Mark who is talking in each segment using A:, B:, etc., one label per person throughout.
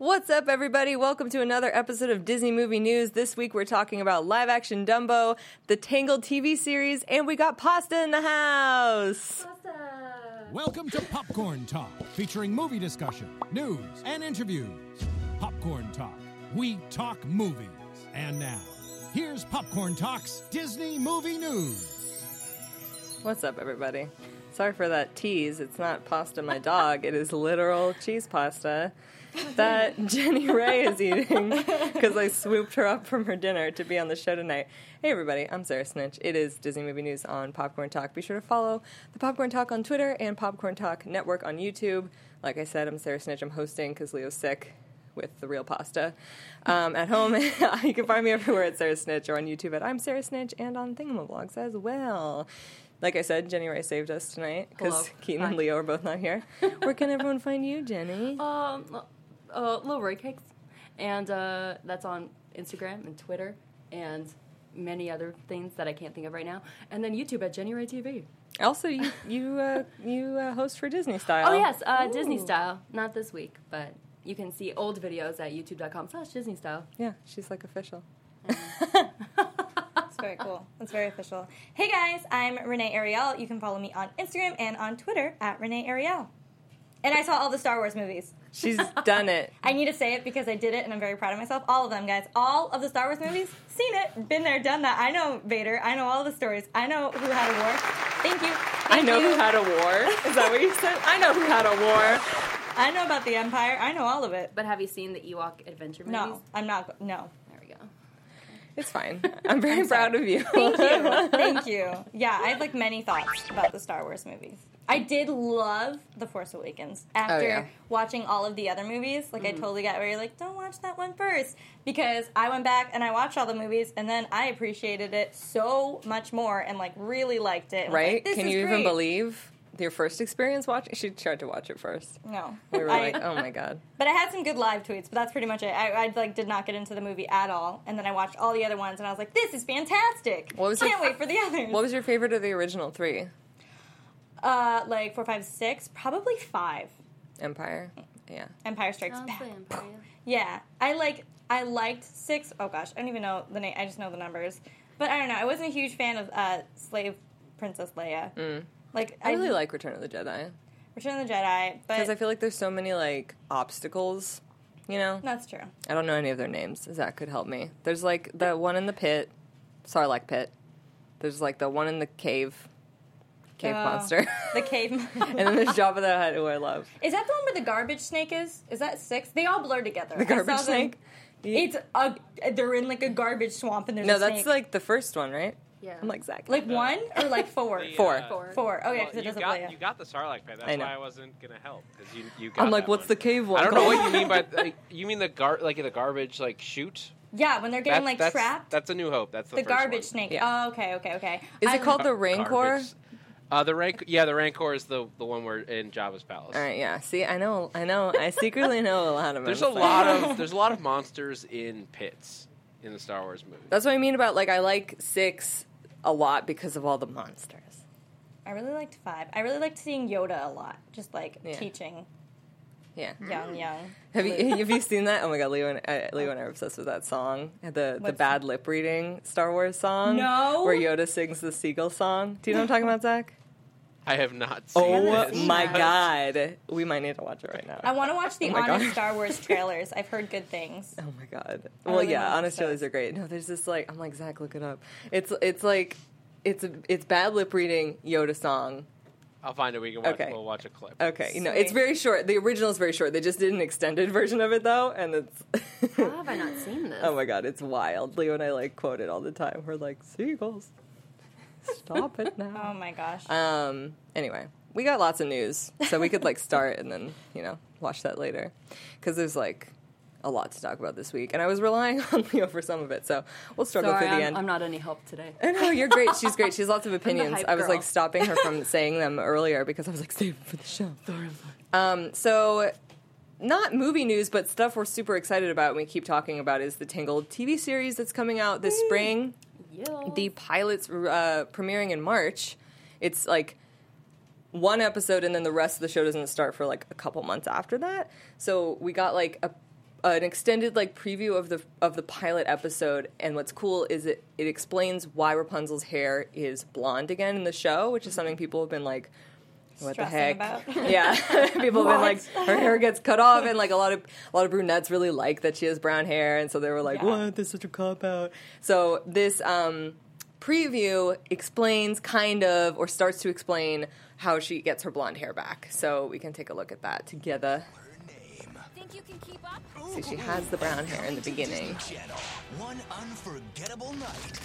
A: What's up, everybody? Welcome to another episode of Disney Movie News. This week we're talking about live action Dumbo, the Tangled TV series, and we got pasta in the house.
B: Welcome to Popcorn Talk, featuring movie discussion, news, and interviews. Popcorn Talk, we talk movies. And now, here's Popcorn Talk's Disney Movie News.
A: What's up, everybody? Sorry for that tease. It's not pasta, my dog. It is literal cheese pasta that Jenny Ray is eating because I swooped her up from her dinner to be on the show tonight. Hey, everybody, I'm Sarah Snitch. It is Disney Movie News on Popcorn Talk. Be sure to follow the Popcorn Talk on Twitter and Popcorn Talk Network on YouTube. Like I said, I'm Sarah Snitch. I'm hosting because Leo's sick with the real pasta um, at home. you can find me everywhere at Sarah Snitch or on YouTube at I'm Sarah Snitch and on Thingamablogs as well. Like I said, Jenny Ray saved us tonight because
C: Hello.
A: Keaton and
C: Hi.
A: Leo are both not here. Where can everyone find you, Jenny?
C: Um, uh, Little Roy Cakes, and uh, that's on Instagram and Twitter and many other things that I can't think of right now. And then YouTube at Jenny Ray TV.
A: Also, you you uh, you uh, host for Disney Style.
C: Oh yes, uh, Disney Style. Not this week, but you can see old videos at YouTube.com/slash Disney Style.
A: yeah, she's like official.
D: That's very cool. That's very official. Hey guys, I'm Renee Ariel. You can follow me on Instagram and on Twitter at Renee Ariel. And I saw all the Star Wars movies.
A: She's done it.
D: I need to say it because I did it and I'm very proud of myself. All of them, guys. All of the Star Wars movies. Seen it. Been there, done that. I know Vader. I know all the stories. I know who had a war. Thank you.
A: I
D: Thank
A: know
D: you.
A: who had a war. Is that what you said? I know who had a war.
D: I know about the Empire. I know all of it.
C: But have you seen the Ewok adventure movies?
D: No, I'm not. No.
C: There we go.
A: It's fine. I'm very proud of you.
D: Thank you. Thank you. Yeah, I had like many thoughts about the Star Wars movies. I did love The Force Awakens after
A: Oh, yeah. Mm-hmm.
D: watching all of the other movies. Like, I totally got where you're like, don't watch that one first. Because I went back and I watched all the movies, and then I appreciated it so much more and, like, really liked it. and was like,
A: Right?
D: "This
A: Can
D: is
A: you even
D: great."
A: believe your first experience watching? She tried to watch it first.
D: No.
A: We were
D: I-
A: like, oh my god.
D: But I had some good live tweets, but that's pretty much it. I, I like did not get into the movie at all, and then I watched all the other ones, and I was like, "This is fantastic!
A: What was your-
D: Can't wait for the others."
A: What was your favorite of the original three?
D: Uh, like four, five, six, probably five.
A: Empire. Yeah.
D: Empire Strikes Back. Yeah, I like. I liked six oh gosh, I don't even know the name. I just know the numbers, but I don't know. I wasn't a huge fan of uh, Slave Princess Leia. Like
A: Mm. I really like Return of the Jedi
D: Return of the Jedi, but
A: because I feel like there's so many like obstacles. You know,
D: that's true.
A: I don't know any of their names. Zach could help me. There's like the one in the pit, Sarlacc pit. There's like the one in the cave, cave
D: Oh.
A: monster,
D: The cave.
A: and then there's Jabba the Hutt, who I love.
D: is that the one where the garbage snake is? Is that six? They all blur together.
A: The garbage snake.
D: It's a. They're in like a garbage swamp, and there's
A: No,
D: a
A: that's
D: snake.
A: like the first one, right?
C: Yeah.
A: I'm like Zach.
D: like one or like four.
E: The,
A: Four.
E: uh,
C: Four.
D: Four.
E: well,
D: Okay, because it
E: you,
D: doesn't
E: got,
D: play.
E: you got the Sarlacc pit. That's
A: I know.
E: why I wasn't gonna help because you you got.
A: I'm like,
E: that
A: what's
E: one.
A: the cave one?
E: I don't know
A: called?
E: what you mean by like. You mean the gar like the garbage like shoot?
D: Yeah, when they're getting
E: That-
D: like
E: that's,
D: trapped.
E: That's a New Hope. That's the,
D: the
E: first one.
D: garbage snake.
A: Yeah.
D: Oh, okay, okay, okay.
A: Is it
D: I-
A: called the
E: Gar-
A: Rancor?
E: garbage. Uh, the rank. Yeah, the Rancor is the the one where in Jabba's palace.
A: All right, yeah. See, I know, I know, I secretly know a lot of.
E: There's a
A: them, so-
E: lot of there's a lot of monsters in pits in the Star Wars movie.
A: That's what I mean about like I like six a lot because of all the monsters.
D: I really liked five. I really liked seeing Yoda a lot, just like
A: Yeah.
D: teaching
A: Yeah.
D: young, young.
A: Have you have you seen that? Oh my god, Leo and I, Leo and I are obsessed with that song, the the
D: What
A: bad lip reading Star Wars song.
D: No.
A: where Yoda sings the seagull song. Do you know what I'm talking about, Zach?
E: I have not seen.
A: Oh
E: it.
A: my
C: that.
A: god, we might need to watch it right
D: I
A: now.
D: want to watch the
A: Oh my
D: honest
A: God.
D: Star Wars trailers. I've heard good things.
A: Oh my god.
D: I
A: Well,
D: really
A: yeah,
D: want to
A: honest
D: watch
A: trailers
D: that.
A: are great. No, there's this like I'm like Zach, look it up. It's it's like it's it's bad lip reading Yoda song.
E: I'll find it. We can watch.
A: Okay.
E: We'll watch a clip.
A: Okay, you know it's
D: Sweet.
A: very short. The original is very short. They just did an extended version of it though, and it's.
C: How have I not seen this?
A: Oh my god, it's wild. Leo and I like quote it all the time. We're like, seagulls. Stop it
D: Oh
A: now.
D: my gosh!
A: Um anyway, we got lots of news. So we could like start and then, you know, watch that later. Cause there's like a lot to talk about this week. And I was relying on Leo for some of it, so we'll struggle
C: Sorry,
A: through the
C: I'm,
A: end.
C: I'm not any help today.
A: no, you're great. She's great. She has lots of opinions.
C: hype
A: I was
C: girl.
A: like stopping her from saying them earlier because I was like, save it for the show. Um, so not movie news, but stuff we're super excited about and we keep talking about is the Tangled TV series that's coming out this spring.
C: Yeah.
A: The pilot's uh, premiering in March. It's like one episode, and then the rest of the show doesn't start for like a couple months after that. So we got like a an extended like preview of the of the pilot episode and what's cool is it it explains why Rapunzel's hair is blonde again in the show which is something people have been like what the
D: Stressing
A: heck
D: about.
A: yeah people have been like her hair gets cut off and like a lot of a lot of brunettes really like that she has brown hair and so they were like
D: Yeah.
A: what this is such a cop out so this um preview explains kind of or starts to explain how she gets her blonde hair back so we can take a look at that together
F: Think you can keep up?
A: See, she has the brown hair in the beginning.
G: Channel. One unforgettable night.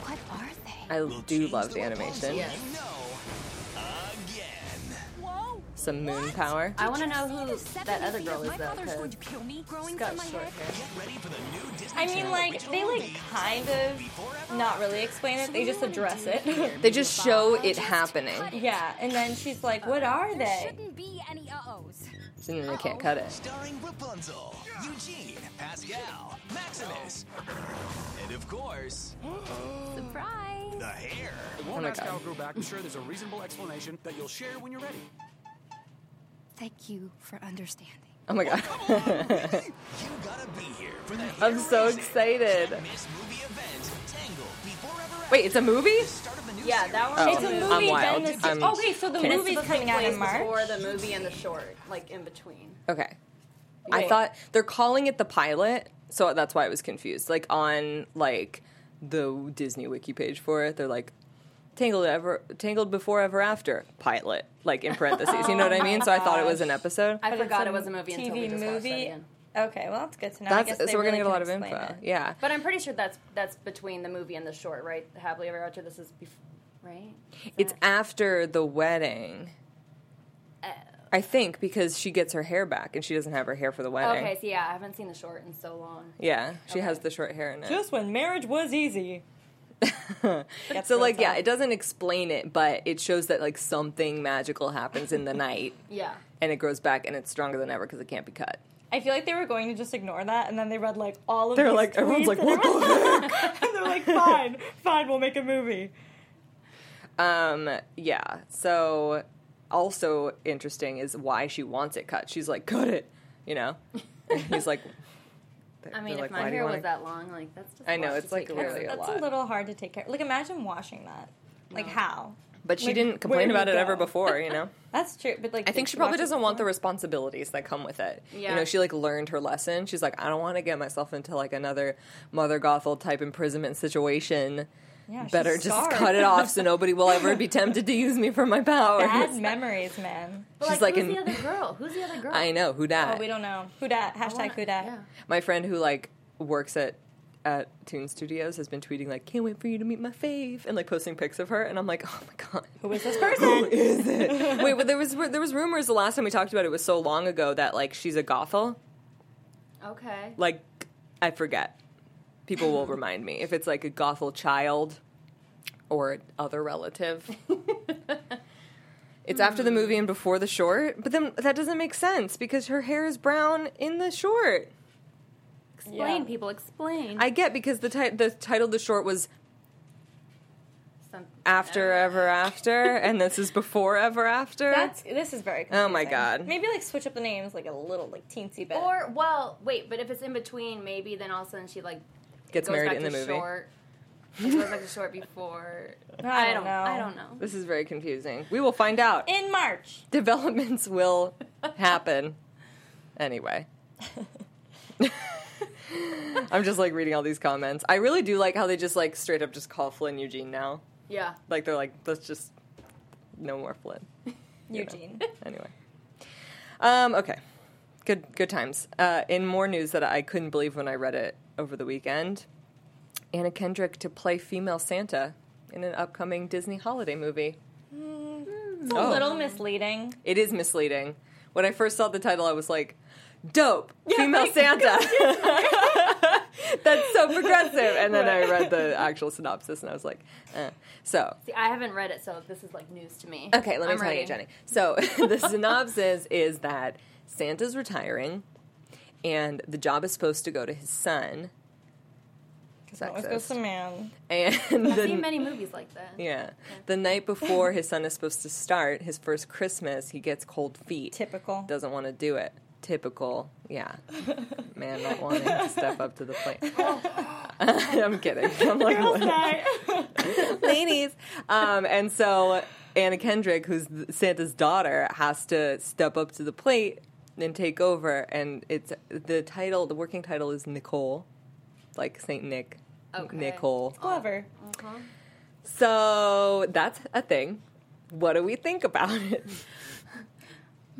F: What are they?
A: I
G: will
A: do
G: change
A: love
G: the
A: the
G: Rapunzel
A: animation.
C: Yes.
G: You know again.
F: Whoa!
A: Some moon power.
C: I want to know
F: Another
C: who
F: seven
C: that other
F: feet
C: girl
F: of
C: is
F: My
C: though.
F: father's going
C: 'cause
F: to kill me. Growing
C: She's got
F: from my
C: short
F: head.
C: hair.
G: Get ready for the new Disney
D: I mean,
G: Channel
D: like
G: original
D: they like
G: movies.
D: kind of not really explain it. They just address it.
A: They just show it happening,
D: yeah, and then she's like, "What are
F: There
D: they?"
F: shouldn't be any uh-ohs.
A: and then they can't cut it.
G: Starring Rapunzel, Eugene, Pascal, Maximus, and of course,
F: Surprise!
G: the hair.
A: Oh
H: Won't
A: my
H: Pascal
A: God.
H: grow back? I'm sure there's a reasonable explanation that you'll share when you're ready.
F: Thank you for understanding.
A: Oh my god.
G: You gotta be here for that.
A: I'm
G: hair
A: so
G: reason.
A: excited.
G: Can't Miss movie event Tangled before ever
A: Wait, it's a movie?
G: ends. Start of the new
I: Yeah,
G: series.
I: that one.
A: Oh,
D: It's a movie.
A: I'm
D: then
A: wild.
D: this
A: I'm-
D: oh wait, so the
A: Okay.
D: movie's coming out in March.
I: Before the movie and the short, like in between.
A: Okay. I thought they're calling it the pilot, so that's why I was confused. Like on like the Disney wiki page for it, they're like Tangled ever Tangled before ever after pilot, like in parentheses. You know what I mean? So I thought it was an episode.
C: I forgot
D: a
C: it was a movie until we
D: TV
C: just watched that
D: movie.
C: again.
D: Okay, well that's good to know. I guess
A: That's
D: they
A: so we're gonna
D: really
A: get a lot of
D: can
A: info.
D: explain it.
A: Yeah.
C: But I'm pretty sure that's that's between the movie and the short, right? Happily Ever After. This is bef- right.
A: It's after the wedding. Uh, I think because she gets her hair back and she doesn't have her hair for the wedding.
C: Okay, so yeah, I haven't seen the short in so long.
A: Yeah, she has the short hair in it.
D: Just when marriage was easy. That's
A: so
D: real
A: like yeah,
D: time.
A: it doesn't explain it, but it shows that like something magical happens in the night
C: Yeah.
A: and it grows back and it's stronger than ever cuz it can't be cut.
D: I feel like they were going to just ignore that, and then they read like all of.
A: They're
D: these
A: like everyone's
D: tweets,
A: like
D: and
A: what the
D: and they're like, "Fine, fine, we'll make a movie."
A: Um, yeah. So also interesting is why she wants it cut. She's like, cut it, you know? And he's like,
C: I mean,
A: They're
C: if
A: like, "Why
C: my
A: do you
C: hair
A: wanna-"
C: was that long, like that's just.
A: I know,
C: much to
A: it's, like,
C: take care of.
A: really a
D: That's
A: lot.
D: a little hard to take care. Like imagine washing that. Like how?
A: but she
D: like,
A: didn't
D: where
A: complain
D: do
A: about
D: you
A: it ever
D: go?
A: before, you know?
D: That's true, but like
A: I think she probably doesn't want the responsibilities that come with it. You
C: Yeah.
A: know, she like learned her lesson. She's like, I don't want to get myself into like another Mother Gothel type imprisonment situation.
D: yeah, she's
A: Better just
D: scarred.
A: cut it off so nobody will ever be tempted to use me for my powers.
D: Bad memories, man.
C: But
A: She's
C: like,
A: like
C: who's
A: an-
C: the other girl? Who's the other girl?
A: I know who
D: Oh,
A: dat.
D: we don't know. Who dat?
C: I
D: Hashtag
C: wanna-
D: who dat?
C: Yeah.
A: My friend who like works at at Toon Studios has been tweeting like, "Can't wait for you to meet my fave," and like posting pics of her, and I'm like, "Oh my god,
D: Who is this person?
A: is it?" wait, but there was there was rumors the last time we talked about it was so long ago that like she's a Gothel.
C: Okay.
A: Like I forget. People will remind me if it's like a Gothel child or other relative. It's after the movie and before the short, but then that doesn't make sense because her hair is brown in the short.
C: Explain,
D: Yeah.
C: people. Explain.
A: I get because the ti- the title of the short was
C: Some- Uh.
A: After Ever After, and this is Before Ever After.
D: That's this is very. Confusing.
A: Oh my God.
D: Maybe like switch up the names like a little like teensy bit.
C: Or well, wait, but if it's in between, maybe then all of a sudden she like
A: gets
C: goes
A: married
C: back
A: in the
C: to
A: movie.
C: Short. It goes back to short before.
D: I don't know.
C: I don't know.
A: This is very confusing. We will find out.
D: in March.
A: Developments will happen. Anyway. I'm just like reading all these comments. I really do like how they just like straight up just call Flynn Eugene now.
C: Yeah.
A: Like they're like, let's just no more Flynn.
D: Eugene.
A: anyway. Um, okay. Good good times. Uh, in more news that I couldn't believe when I read it over the weekend, Anna Kendrick to play female Santa in an upcoming Disney holiday movie.
D: It's a
A: Oh.
D: little misleading.
A: It is misleading. When I first saw the title, I was like, dope, female
D: like-
A: Santa. That's so progressive. And then I read the actual synopsis and I was like, eh. So,
C: See, I haven't read it, so this is like news to me.
A: Okay, let me
C: I'm
A: tell
C: ready.
A: you, Jenny. So the synopsis is that Santa's retiring, and the job is supposed to go to his son.
D: It always goes to
A: Sexist.
D: man.
A: And
C: I've seen
A: the,
C: many movies like that.
A: yeah, the night before his son is supposed to start his first Christmas, he gets cold feet.
D: Typical.
A: Doesn't want to do it. typical, yeah, man not wanting to step up to the plate. I'm kidding. I'm like, ladies. Um, and so Anna Kendrick, who's th- Santa's daughter, has to step up to the plate and take over. And it's the title, the working title is Nicole, like Saint Nick.
I: Okay.
A: Nicole.
D: Glover.
C: Uh-huh.
A: So that's a thing. What do we think about it?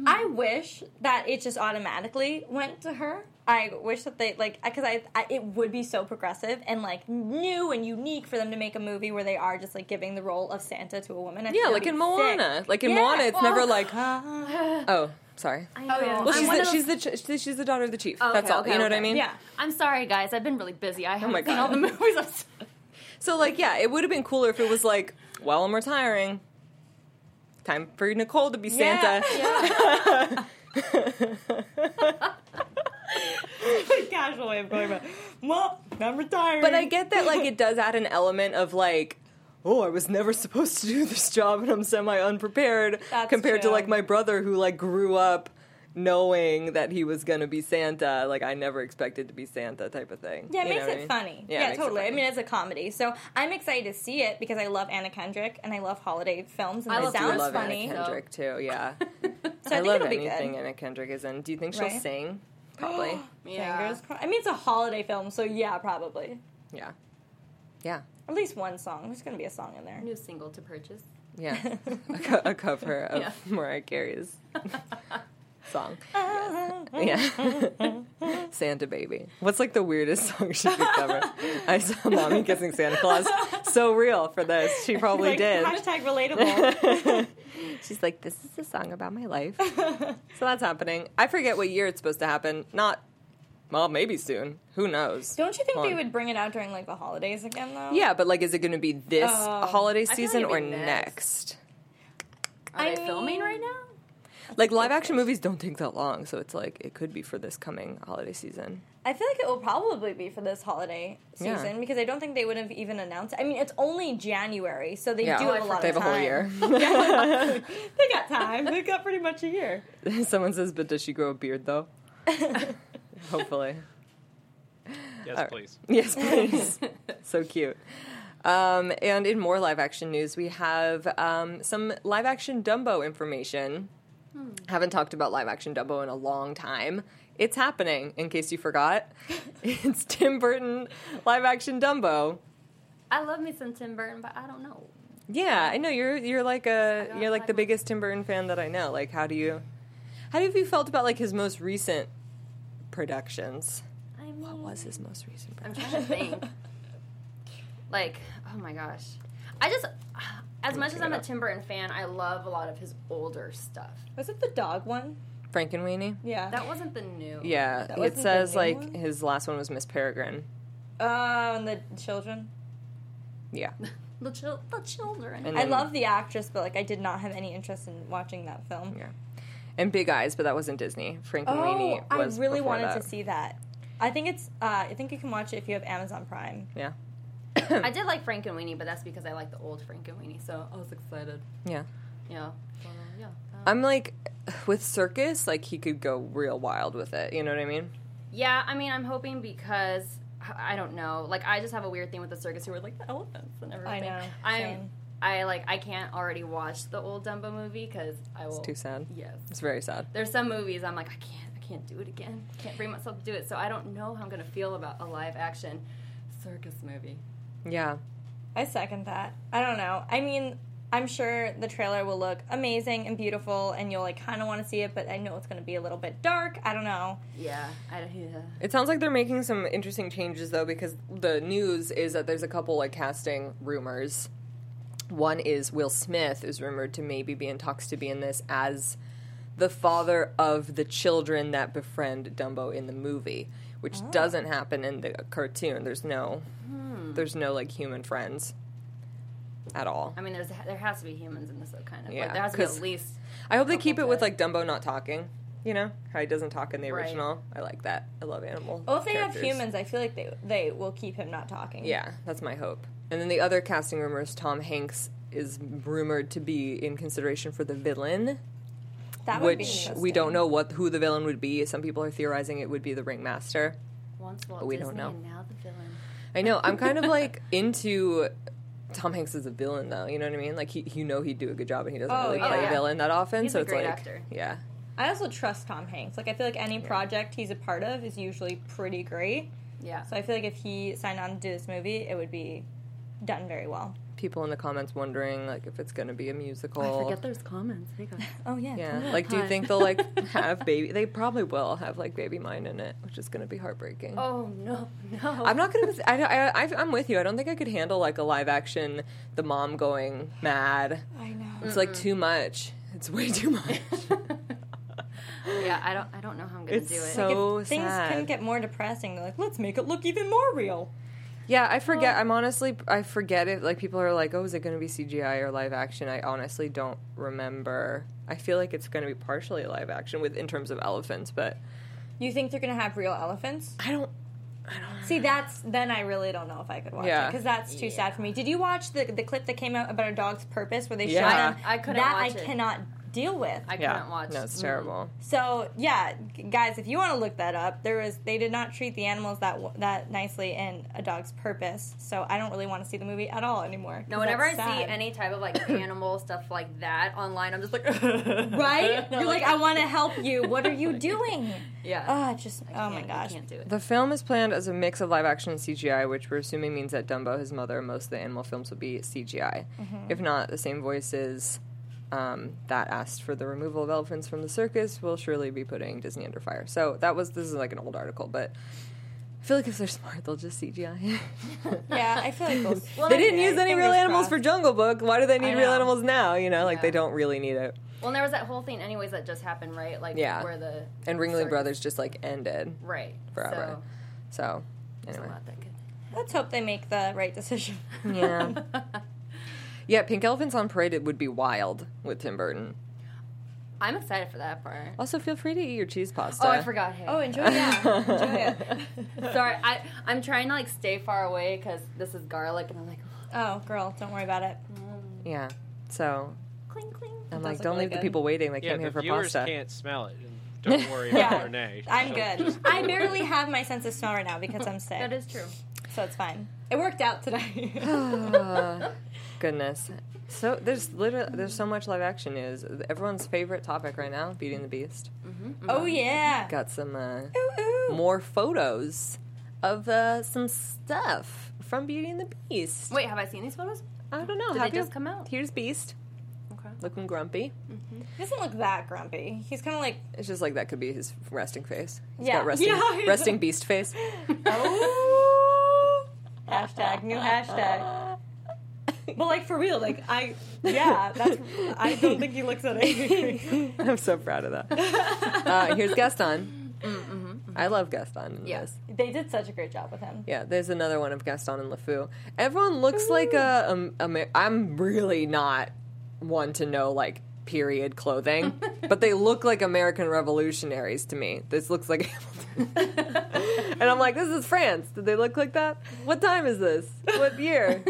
D: I wish that it just automatically went to her. I wish that they like because I, I it would be so progressive and like new and unique for them to make a movie where they are just like giving the role of Santa to a woman. I think
A: Yeah,
D: that'd
A: like
D: be
A: in
D: sick.
A: Moana. Like in
D: Yeah.
A: Moana, it's never
I: Well-
A: like, oh, sorry.
I: Oh, yeah.
A: Well,
I: I'm
A: she's
I: one
A: the,
I: of
A: she's the ch- she's the daughter of the chief.
D: Oh,
I: Okay,
A: That's all.
I: okay,
A: you know what I
I: okay.
A: mean?
D: Yeah,
I: I'm sorry, guys. I've been really busy. I haven't
A: Oh my
I: seen
A: God.
I: all the movies. I'm sorry.
A: So like, yeah, it would have been cooler if it was like, well, I'm retiring. Time for Nicole to be Santa.
D: casual way of going about. Well, I'm retired.
A: But I get that like it does add an element of like. Oh, I was never supposed to do this job, and I'm semi unprepared
D: That's
A: compared to
D: true.
A: like my brother who like grew up knowing that he was gonna be Santa. Like I never expected to be Santa, type of thing.
D: Yeah, it
A: You know
D: makes
A: what I
D: it
A: mean?
D: funny.
A: Yeah, it
D: Yeah,
A: makes it
D: totally. I
A: funny.
D: mean, it's a comedy, so I'm excited to see it because I love Anna Kendrick and I love holiday films and
I: I
D: it
I: love-
A: I
D: sounds
A: love
D: funny.
A: Anna Kendrick too. Yeah,
D: So I,
A: I,
D: think
A: love
D: it'll be
A: anything
D: good.
A: Anna Kendrick is in. Do you think she'll
D: Right?
A: sing? Probably.
I: Yeah.
D: Fingers cro- I mean, it's a holiday film, so yeah, probably
A: yeah. Yeah.
D: at least one song. There's gonna be a song in there.
I: New single to purchase.
A: Yeah. a, co- a cover of
I: Yeah.
A: Mariah Carey's song. Yeah. Santa Baby. What's like the weirdest song she could cover? I saw Mommy Kissing Santa Claus. So real for this. She probably
D: Like,
A: did.
D: Hashtag relatable.
A: She's like, this is a song about my life. so that's happening. I forget what year it's supposed to happen. Not, well, maybe soon. Who knows?
D: Don't you think
A: Hold
D: they
A: on.
D: would bring it out during like the holidays again though?
A: Yeah, but like, is it going to be this
D: Oh.
A: holiday
I: like
A: season
I: it'd
A: or
I: be
A: next?
I: next. Are
D: I
I: they filming
D: mean-
I: right now?
A: Like, live action movies don't take that long, so it's like it could be for this coming holiday season.
D: I feel like it will probably be for this holiday
A: Yeah.
D: season because I don't think they would have even announced. It. I mean, it's only January, so they
A: Yeah,
D: do have a lot
A: they
D: of
A: have a
D: time.
A: whole year.
D: They got time. They got pretty much a year.
A: Someone says, but does she grow a beard though? Hopefully.
E: Yes, please.
A: Yes, please. so cute. Um, and in more live action news, we have um, some live action Dumbo information. Haven't talked about live action Dumbo in a long time. It's happening, in case you forgot. it's Tim Burton live action Dumbo.
I: I love me some Tim Burton, but I don't know.
A: Yeah, I know you're you're like a
I: don't
A: you're like
I: like
A: the
I: my-
A: biggest Tim Burton fan that I know. Like, how do you how have you felt about like his most recent productions?
I: I mean,
A: What was his most recent?
I: I'm
A: Production?
I: trying to think. like, oh my gosh. I just, as much as
A: look
I: I'm
A: it
I: a
A: up.
I: Tim Burton fan, I love a lot of his older stuff.
D: Was it the dog one?
A: Frankenweenie.
D: Yeah.
I: That wasn't the new.
A: Yeah,
D: Oh, That
A: it
D: wasn't the
A: says
D: new
A: like
D: one?
A: his last one was Miss Peregrine.
D: Oh, and the children.
A: Yeah,
I: The, chil- the children.
A: and
D: I
A: then-
D: love the actress, but like I did not have any interest in watching that film.
A: yeah, and Big Eyes, but that wasn't Disney.
D: Oh,
A: Frankenweenie.
D: I
A: was
D: really
A: before
D: wanted
A: that.
D: to see that. I think it's. Uh, I think you can watch it if you have Amazon Prime.
A: Yeah,
I: I did like Frank and Weenie, but that's because I like the old Frank and Weenie, so I was excited.
A: yeah.
I: Yeah. So, yeah. Uh,
A: I'm like, with Circus, like he could go real wild with it. You know what I mean?
I: yeah, um, I mean, I'm hoping because. I I don't know. Like I just have a weird thing with the circus who are like the elephants and everything.
D: know,
I: I'm
D: same.
I: I like I can't already watch the old Dumbo movie because I will.
A: Too sad.
I: Yes.
A: It's very sad.
I: there's some movies I'm like, I can't, I can't do it again. I can't bring myself to do it. So I don't know how I'm gonna feel about a live action circus movie.
A: Yeah,
D: I second that. I don't know. I mean, I'm sure the trailer will look amazing and beautiful, and you'll like kind of want to see it, but I know it's going to be a little bit dark. I don't know.
I: Yeah, I don't. Yeah.
A: It sounds like they're making some interesting changes though, because the news is that there's a couple like casting rumors. One is Will Smith is rumored to maybe be in talks to be in this as the father of the children that befriend Dumbo in the movie, which
D: Oh.
A: doesn't happen in the cartoon. There's no,
D: Hmm.
A: there's no like human friends at all.
I: I mean, there's there has to be humans in this kind of.
A: Yeah,
I: like, there has to be
A: 'cause-
I: at least.
A: I hope they keep it with
I: good.
A: like Dumbo not talking. You know how he doesn't talk in the
I: Right.
A: original. I like that. I love animal.
D: Well, if they
A: characters.
D: have humans, I feel like they they will keep him not talking.
A: Yeah, that's my hope. And then the other casting rumor is Tom Hanks is rumored to be in consideration for the villain
D: That would be
A: which we
D: interesting.
A: don't know what who the villain would be. Some people are theorizing it would be the ringmaster.
I: Once Walt
A: But we
I: Disney
A: don't know.
I: and now the villain.
A: I know. I'm kind of like into Tom Hanks as a villain though. You know what I mean? Like he, you know, he'd do a good job, and he doesn't
D: Oh,
A: really
D: yeah.
A: play
D: Oh, yeah.
A: a villain that often.
I: He's
A: so
I: a
A: it's
I: great
A: like,
I: actor.
A: yeah,
D: I also trust Tom Hanks. Like I feel like any project he's a part of is usually pretty great.
I: Yeah.
D: So I feel like if he signed on to do this movie, it would be done very well.
A: people in the comments wondering like if it's going to be a musical.
C: I forget there's comments. Hang on.
D: Oh yeah.
A: Yeah. Like, do you
C: Hi.
A: think they'll like have baby? They probably will have like baby mine in it, which is going to be heartbreaking.
I: Oh no, no.
A: I'm not gonna. I, I, I, I'm with you. I don't think I could handle like a live action, the mom going mad.
D: I know.
A: It's like too much. It's way too much.
I: yeah, I don't. I don't know how I'm gonna
A: it's
I: do it.
A: so
D: Things
A: sad.
D: can get more depressing. They're like, let's make it look even more real.
A: yeah, I forget. I'm honestly, I forget it. Like people are like, "Oh, is it going to be CGI or live action?" I honestly don't remember. I feel like it's going to be partially live action with in terms of elephants, but
D: You think they're gonna have real elephants?
A: I don't.
D: See, that's then I really don't know if I could watch
A: Yeah.
D: it because that's too sad for me. Did you watch the the clip that came out about a dog's purpose where they
A: Yeah.
D: shot him?
I: I- I couldn't
D: that
I: watch
D: I
I: it.
D: cannot deal with.
I: I
A: Yeah,
I: couldn't watch.
A: No, it's
I: Mm.
A: terrible.
D: So yeah, g- guys, if you want to look that up, there was they did not treat the animals that w- that nicely in A Dog's Purpose. So I don't really want to see the movie at all anymore.
I: No,
D: 'cause
I: whenever I
D: that's
I: see
D: sad.
I: any type of like animal stuff like that online, I'm just like, right?
D: right, you're like, I want to help you. What are you doing?
I: Yeah.
D: Oh, just oh my
I: Can't- I
D: gosh.
I: can't do it.
A: The film is planned as a mix of live action and CGI, which we're assuming means that Dumbo, his mother, and most of the animal films will be CGI. If not, the same voices um, that asked for the removal of elephants from the circus will surely be putting Disney under fire. So that was this is like an old article, but I feel like if they're smart, they'll just CGI.
D: Yeah, I feel like those,
A: they didn't use any real
D: fingers
A: animals for
D: crossed.
A: Jungle Book. Why do they need real
I: know.
A: animals now? You know, like they
I: Yeah.
A: don't really need it.
I: Well, and there was that whole thing, anyways, that just happened, right? Like,
A: Yeah.
I: where the
A: And Ringling
I: circus-
A: Brothers just like ended
I: right?
A: forever.
I: So,
A: So,
I: there's
A: anyway.
I: a lot that could.
D: Let's hope they make the right decision.
A: Yeah. yeah, Pink Elephants on Parade it would be wild with Tim Burton.
I: I'm excited for that part.
A: Also, feel free to eat your cheese pasta.
I: Oh, I forgot. Hey.
D: Oh, enjoy that. enjoy it.
I: sorry. I I'm trying to like stay far away because this is garlic, and I'm like,
D: Oh, girl, don't worry about it.
A: Yeah. So,
D: Cling cling.
A: I'm
D: It
A: like,
D: does look
A: don't
D: really
A: leave the
D: good.
A: people waiting. They
E: Yeah,
A: came
E: the
A: here for
E: viewers
A: pasta.
E: can't smell it. And don't worry about
D: Yeah.
E: Renee.
D: I'm
E: She'll
D: good.
E: just-
D: I barely have my sense of smell right now because I'm sick.
I: that is true.
D: So it's fine. It worked out today.
A: Goodness. So there's literally there's so much live action news. Everyone's favorite topic right now, Beauty and the Beast.
D: oh yeah.
A: Got some uh,
D: Ooh, ooh.
A: more photos of uh, some stuff from Beauty and the Beast.
I: Wait, have I seen these photos?
A: I don't know.
I: Did
A: how
I: they just come out?
A: Here's Beast.
I: Okay.
A: Looking grumpy.
D: He doesn't look that grumpy. He's kind of like,
A: It's just like that could be his resting face. He's
D: Yeah.
A: got resting,
D: Yeah, he's
A: resting
D: like-
A: beast face.
D: oh. hashtag new hashtag. But like for real, like I, yeah, that's. I don't think he looks that angry.
A: I'm so proud of that. Uh, here's Gaston. I love Gaston. In
I: Yes.
A: This.
D: they did such a great job with him.
A: Yeah. There's another one of Gaston and LeFou. Everyone looks like a. Um, Amer- I'm really not one to know like period clothing, but they look like American revolutionaries to me. This looks like. and I'm like, this is France. Did they look like that? What time is this? What year?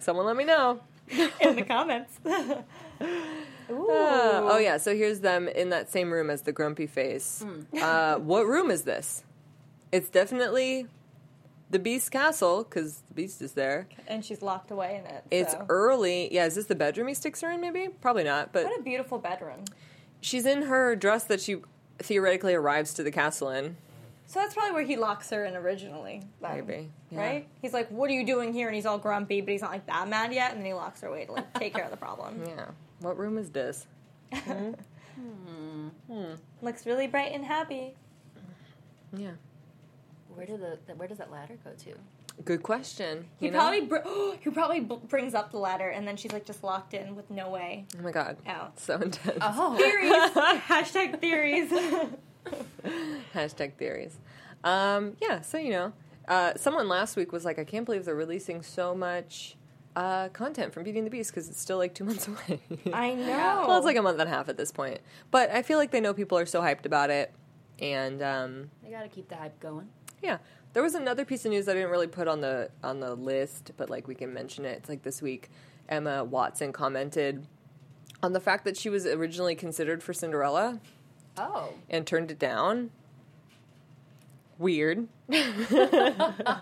A: Someone let me know.
D: In the comments.
A: Uh, oh yeah, so here's them in that same room as the grumpy face.
D: Hmm.
A: Uh, what room is this? It's definitely the Beast's castle because the Beast is there.
D: and she's locked away in it.
A: It's
D: so.
A: early. Yeah, is this the bedroom he sticks her in? Maybe, probably not. But
D: What a beautiful bedroom.
A: she's in her dress that she theoretically arrives to the castle in.
D: So that's probably where he locks her in originally. then,
A: Maybe, yeah.
D: Right? He's like, What are you doing here? And he's all grumpy, but he's not like that mad yet. And then he locks her away to like take care of the problem.
A: Yeah. What room is this? Mm-hmm. Hmm.
D: Looks really bright and happy.
A: Yeah.
I: Where do the where does that ladder go to?
A: Good question.
D: He
A: you know?
D: probably br- he probably b- brings up the ladder, and then she's like just locked in with no way
A: Oh my god.
D: out.
A: So intense.
D: Theories. Hashtag theories.
A: Hashtag theories. Um, yeah, so you know, uh, someone last week was like, I can't believe they're releasing so much uh, content from Beauty and the Beast because it's still like two months away.
D: I know.
A: well, it's like a month and a half at this point, but I feel like they know people are so hyped about it, and um,
I: They gotta keep the hype going.
A: yeah. There was another piece of news I didn't really put on the on the list, but like we can mention it. It's like this week, Emma Watson commented on the fact that she was originally considered for Cinderella
I: Oh,
A: and turned it down. Weird.
D: Why?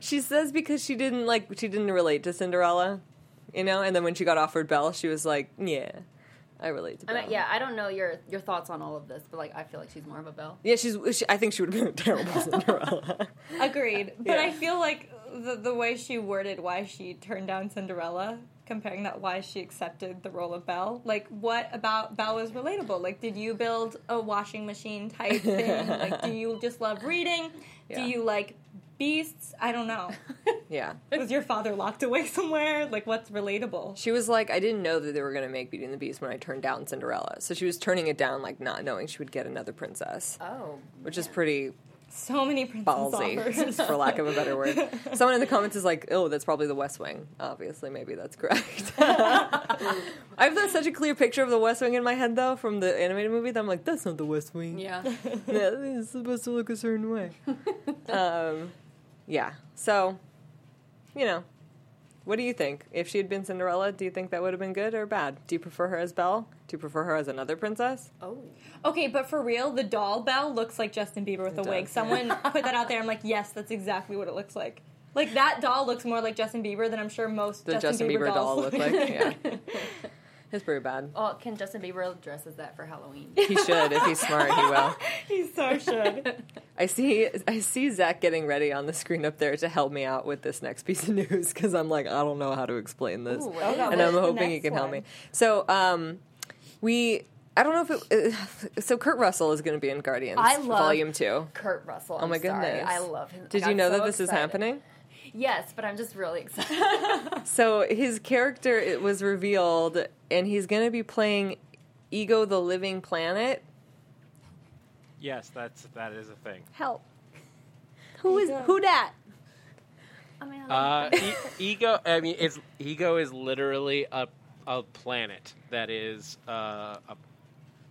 A: She says because she didn't like she didn't relate to Cinderella, you know. And then when she got offered Belle, she was like, "Yeah, I relate to
I: I
A: Belle."
I: mean, yeah, I don't know your your thoughts on all of this, but like, I feel like she's more of a Belle.
A: yeah. She's. She, I think she would have been a terrible Cinderella.
D: Agreed. But
A: Yeah.
D: I feel like the, the way she worded why she turned down Cinderella, comparing that why she accepted the role of Belle, like what about Belle was relatable? Like, did you build a washing machine type thing? like, do you just love reading?
A: Yeah.
D: Do you like beasts? I don't know.
A: yeah.
D: Was your father locked away somewhere? Like, what's relatable?
A: She was like, I didn't know that they were going to make Beauty and the Beast when I turned down Cinderella. So she was turning it down, like not knowing she would get another princess,
I: Oh,
A: which is pretty
D: So many princess
A: ballsy,
D: offers.
A: for lack of a better word. Someone in the comments is like, "Oh, that's probably the West Wing." Obviously, maybe that's correct. I've got such a clear picture of the West Wing in my head, though, from the animated movie. That I'm like, "That's not the West Wing.
I: yeah.
A: that is supposed to look a certain way." um, yeah. So, you know, what do you think? If she had been Cinderella, do you think that would have been good or bad? Do you prefer her as Belle? Do you prefer her as another princess?
I: Oh,
D: Okay, but for real, the doll bell looks like Justin Bieber with a
A: does,
D: wig.
A: yeah.
D: Someone put that out there. I'm like, yes, that's exactly what it looks like. Like that doll looks more like Justin Bieber than I'm sure most
A: The Justin, Bieber, doll look like? Yeah. It's pretty bad.
I: well, can Justin Bieber dress as that for Halloween?
A: He should. If he's smart, he will.
D: he so should.
A: I see I see Zach getting ready on the screen up there to help me out with this next piece of news because I'm like I don't know how to explain this,
I: Ooh, what is
A: and
D: what
A: I'm
D: is the
A: hoping you
D: next
A: can help me.
D: one?
A: So um, we I don't know if it, uh, so Kurt Russell is going to be in Guardians
I: I love
A: Volume Two.
I: Kurt Russell.
A: Oh my
I: I'm sorry.
A: goodness!
I: I love him.
A: Did
I: Like,
A: you
I: I'm
A: know
I: so
A: that this is
I: excited.
A: happening?
I: Yes, but I'm just really excited.
A: So his character it was revealed, and he's going to be playing Ego the Living Planet.
J: Yes, that's that is a thing.
A: Help! Who is who that?
I: I mean, I love
J: Uh, e- ego. I mean, it's ego is literally a a planet that is uh, a,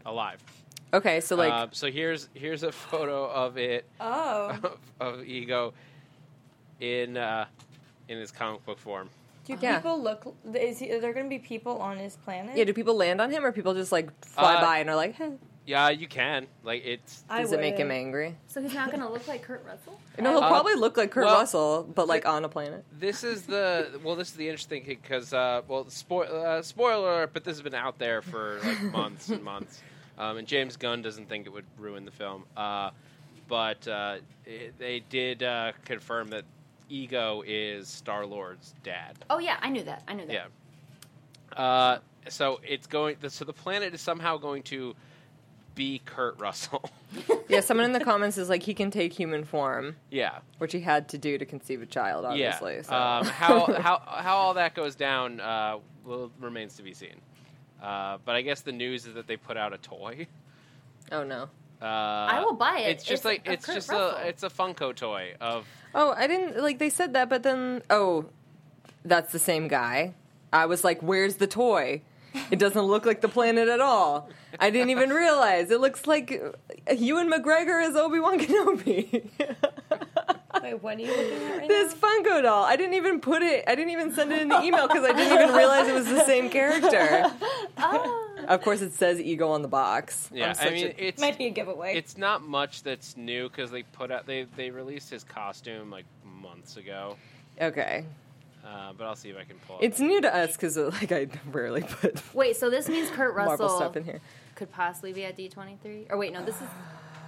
J: alive.
A: Okay, so like
J: Uh, so here's here's a photo of it
D: Oh,
J: of, of ego in uh, in his comic book form.
D: do
A: Yeah.
D: people look? Is he, are there going to be people on his planet?
A: Yeah, do people land on him or people just like fly
J: Uh,
A: by and are like, hey,
J: Yeah, you can like it's
D: I
A: does it make him
D: wouldn't.
A: angry?
I: so he's not going to look like Kurt Russell.
A: No, he'll
J: Uh,
A: probably look like Kurt
J: well,
A: Russell, but like on a planet.
J: This is the well. This is the interesting thing because uh, well, spo- uh, spoiler alert, but this has been out there for like months and months. Um, and James Gunn doesn't think it would ruin the film, uh, but uh, it, they did uh, confirm that Ego is Star Lord's dad.
I: Oh yeah, I knew that. I knew that.
J: Yeah. Uh, so it's going. So the planet is somehow going to be Kurt Russell.
A: yeah, someone in the comments is like, he can take human form,
J: yeah.
A: which he had to do to conceive a child, obviously.
J: Yeah.
A: So.
J: Um, how how how all that goes down uh, will, remains to be seen. Uh, but I guess the news is that they put out a toy.
A: oh no.
J: Uh, I
I: will buy it.
J: It's
I: It's
J: just like
I: a
J: it's
I: Kurt
J: just
I: Russell.
J: a it's a Funko toy of
A: Oh, I didn't like they said that, but then oh, that's the same guy. I was like, where's the toy? It doesn't look like the planet at all. I didn't even realize it looks like uh, Ewan McGregor is Obi Wan Kenobi.
D: Wait, what are you looking at right
A: this
D: now?
A: Funko doll. I didn't even put it. I didn't even send it in the email because I didn't even realize it was the same character.
I: Oh.
A: of course, it says ego on the box. I'm
J: yeah. I
A: such
J: mean,
A: a-
J: it's
D: Might be a giveaway.
J: it's not much that's new because they put out they they released his costume like months ago.
A: okay.
J: Uh, but I'll see if I can pull. up-
A: It's new to us because like I rarely put
I: Wait, so this means Kurt
A: Marvel
I: Russell
A: stuff in here.
I: could possibly be at D23? Or wait, no, this is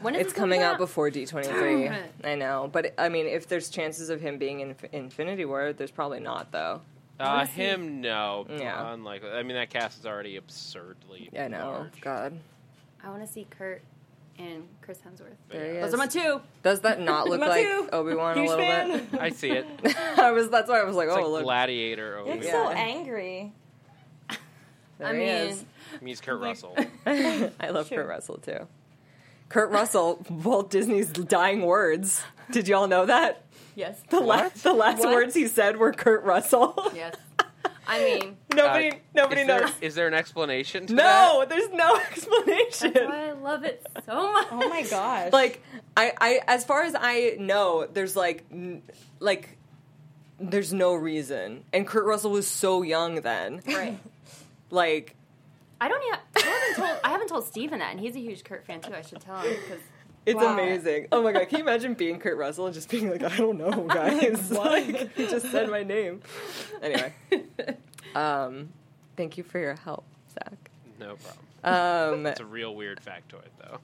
I: when is
A: It's
I: this
A: coming out
I: out
A: before D twenty three.
I: Darn it.
A: I know, but I mean, if there's chances of him being in Inf- Infinity War, there's probably not though.
J: uh, him. No,
A: Yeah.
J: unlikely. I mean, that cast is already absurdly.
A: I know.
J: large.
A: God,
I: I want to see Kurt and Chris Hemsworth.
A: there he
I: Those
A: is.
I: are my two.
A: Does that not look
D: My
A: like
D: two.
A: Obi Wan a
D: Huge
A: little
D: fan.
J: I see it. It's
A: bit? I was. That's why I was like, oh
J: like
A: look,
J: Gladiator. Over
D: It's
J: there.
D: so
A: Yeah.
D: angry.
A: there
I: I
A: he
I: mean,
A: is.
J: I mean, he's Kurt Russell.
A: I love
D: Sure.
A: Kurt Russell too. Kurt Russell, Walt Disney's dying words. Did y'all know that?
I: yes.
A: The last the last words he said were Kurt Russell.
I: yes. I mean,
A: nobody
J: Uh,
A: nobody
J: is there-
A: knows.
J: is there an explanation? To
A: no, there's no explanation.
I: that's why I love it so much.
D: Oh my gosh.
A: like I, I as far as i know there's like n- like there's no reason and kurt russell was so young then
I: Right.
A: Like,
I: I don't yet. I haven't told. I haven't told Steven that, and he's a huge Kurt fan too. I should tell him because
A: it's amazing. Oh my god, can you imagine being Kurt Russell and just being like, I don't know, guys. like, he just said my name. Anyway, um, thank you for your help, Zach.
J: No problem.
A: Um,
J: it's a real weird factoid, though,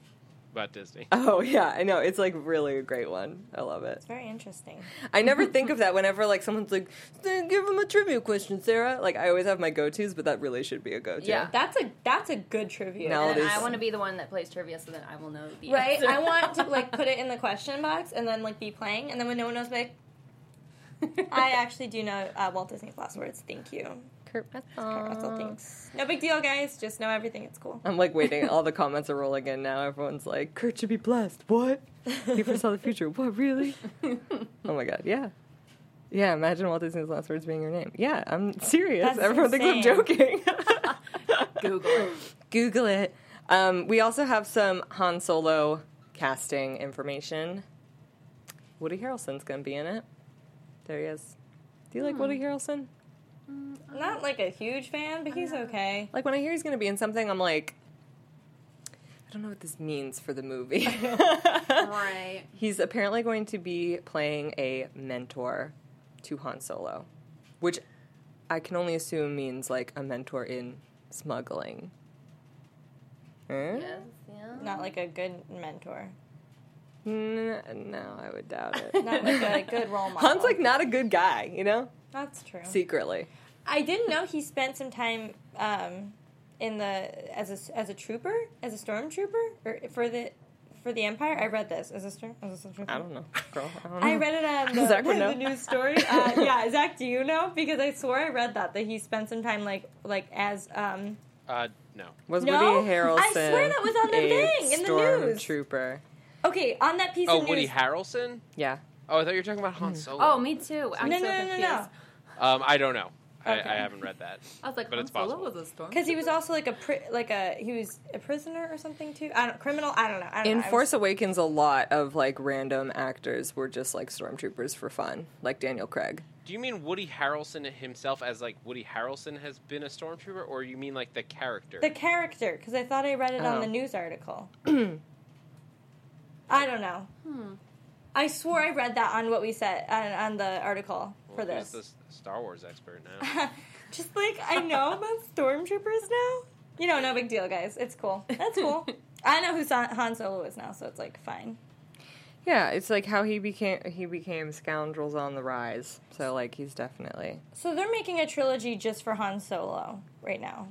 J: about Disney.
A: Oh yeah, I know. It's like really a great one. I love it.
D: It's very interesting.
A: I never think of that whenever like someone's like, "Eh, give them a trivia question, Sarah. Like I always have my go tos, but that really should be a go to.
I: Yeah.
D: That's a that's a good trivia.
A: Now it
I: And
A: is.
I: I want to be the one that plays trivia, so that I will know the
D: Right?
I: answer.
D: I want to like put it in the question box and then like be playing, and then when no one knows, like I actually do know uh, Walt Disney's last words. Thank you.
A: Kurt
D: Kurt Russell, thanks. No big deal, guys. Just know everything. It's cool.
A: I'm like waiting. All the comments are rolling in now. Everyone's like, Kurt should be blessed. What? He foresaw the future. What, really? oh my god, yeah. Yeah, imagine Walt Disney's last words being your name. Yeah, I'm serious.
D: That's
A: Everyone thinks I'm
D: insane.
A: joking.
I: Google it.
A: Google it. Um, we also have some Han Solo casting information. Woody Harrelson's going to be in it. There he is. Do you like Woody
D: Hmm.
A: Harrelson?
D: Not like a huge fan, but
A: Uh-huh.
D: he's okay.
A: Like when I hear he's going to be in something, I'm like, I don't know what this means for the movie.
I: Right.
A: He's apparently going to be playing a mentor to Han Solo, which I can only assume means like a mentor in smuggling. Eh?
I: Yes, yeah.
D: Not like a good mentor.
A: N- no, I would doubt it.
D: Not like a good role model.
A: Han's like not a good guy, you know,
D: That's true.
A: secretly.
D: I didn't know he spent some time um, in the as a as a trooper, as a stormtrooper, or for the for the Empire. I read this as a storm as a stormtrooper.
A: I don't know, girl. I don't know.
D: I read it on the,
A: Zach would
D: the
A: know.
D: news story. Uh, yeah, Zach, do you know? Because I swore I read that that he spent some time like like as um
J: Uh, no.
A: Was
D: No?
A: Woody Harrelson?
D: I swear that was on the
A: a
D: thing, in the news.
A: Stormtrooper.
D: okay on that piece
J: Oh,
D: of
J: Woody
D: news.
J: Harrelson?
A: Yeah.
J: Oh, I thought you were talking about Han Solo.
I: Oh, me too. I'm
D: no,
I: so
D: no, no, no,
I: confused.
D: no.
J: Um, I don't know.
D: Okay.
J: I, I haven't read that.
I: I was like,
J: But
I: Han
J: it's
I: Solo
J: possible.
I: was a storm.
D: Because he was also like a pri- like a he was a prisoner or something too. I don't criminal. I don't know. I don't
A: In
D: know. I was-
A: Force Awakens, a lot of like random actors were just like stormtroopers for fun, like Daniel Craig.
J: Do you mean Woody Harrelson himself as like Woody Harrelson has been a stormtrooper, or you mean like the character?
D: The character, because I thought I read it
A: Oh.
D: on the news article. I don't know. I swore I read that on what we said on, on the article for
J: Well,
D: this.
J: who's the s- Star Wars expert now.
D: Just like I know about stormtroopers now. You know, no big deal, guys. It's cool. That's cool. I know who Sa- Han Solo is now, so it's like fine.
A: Yeah, it's like how he became he became scoundrels on the rise. So like he's definitely
D: So they're making a trilogy just for Han Solo right now.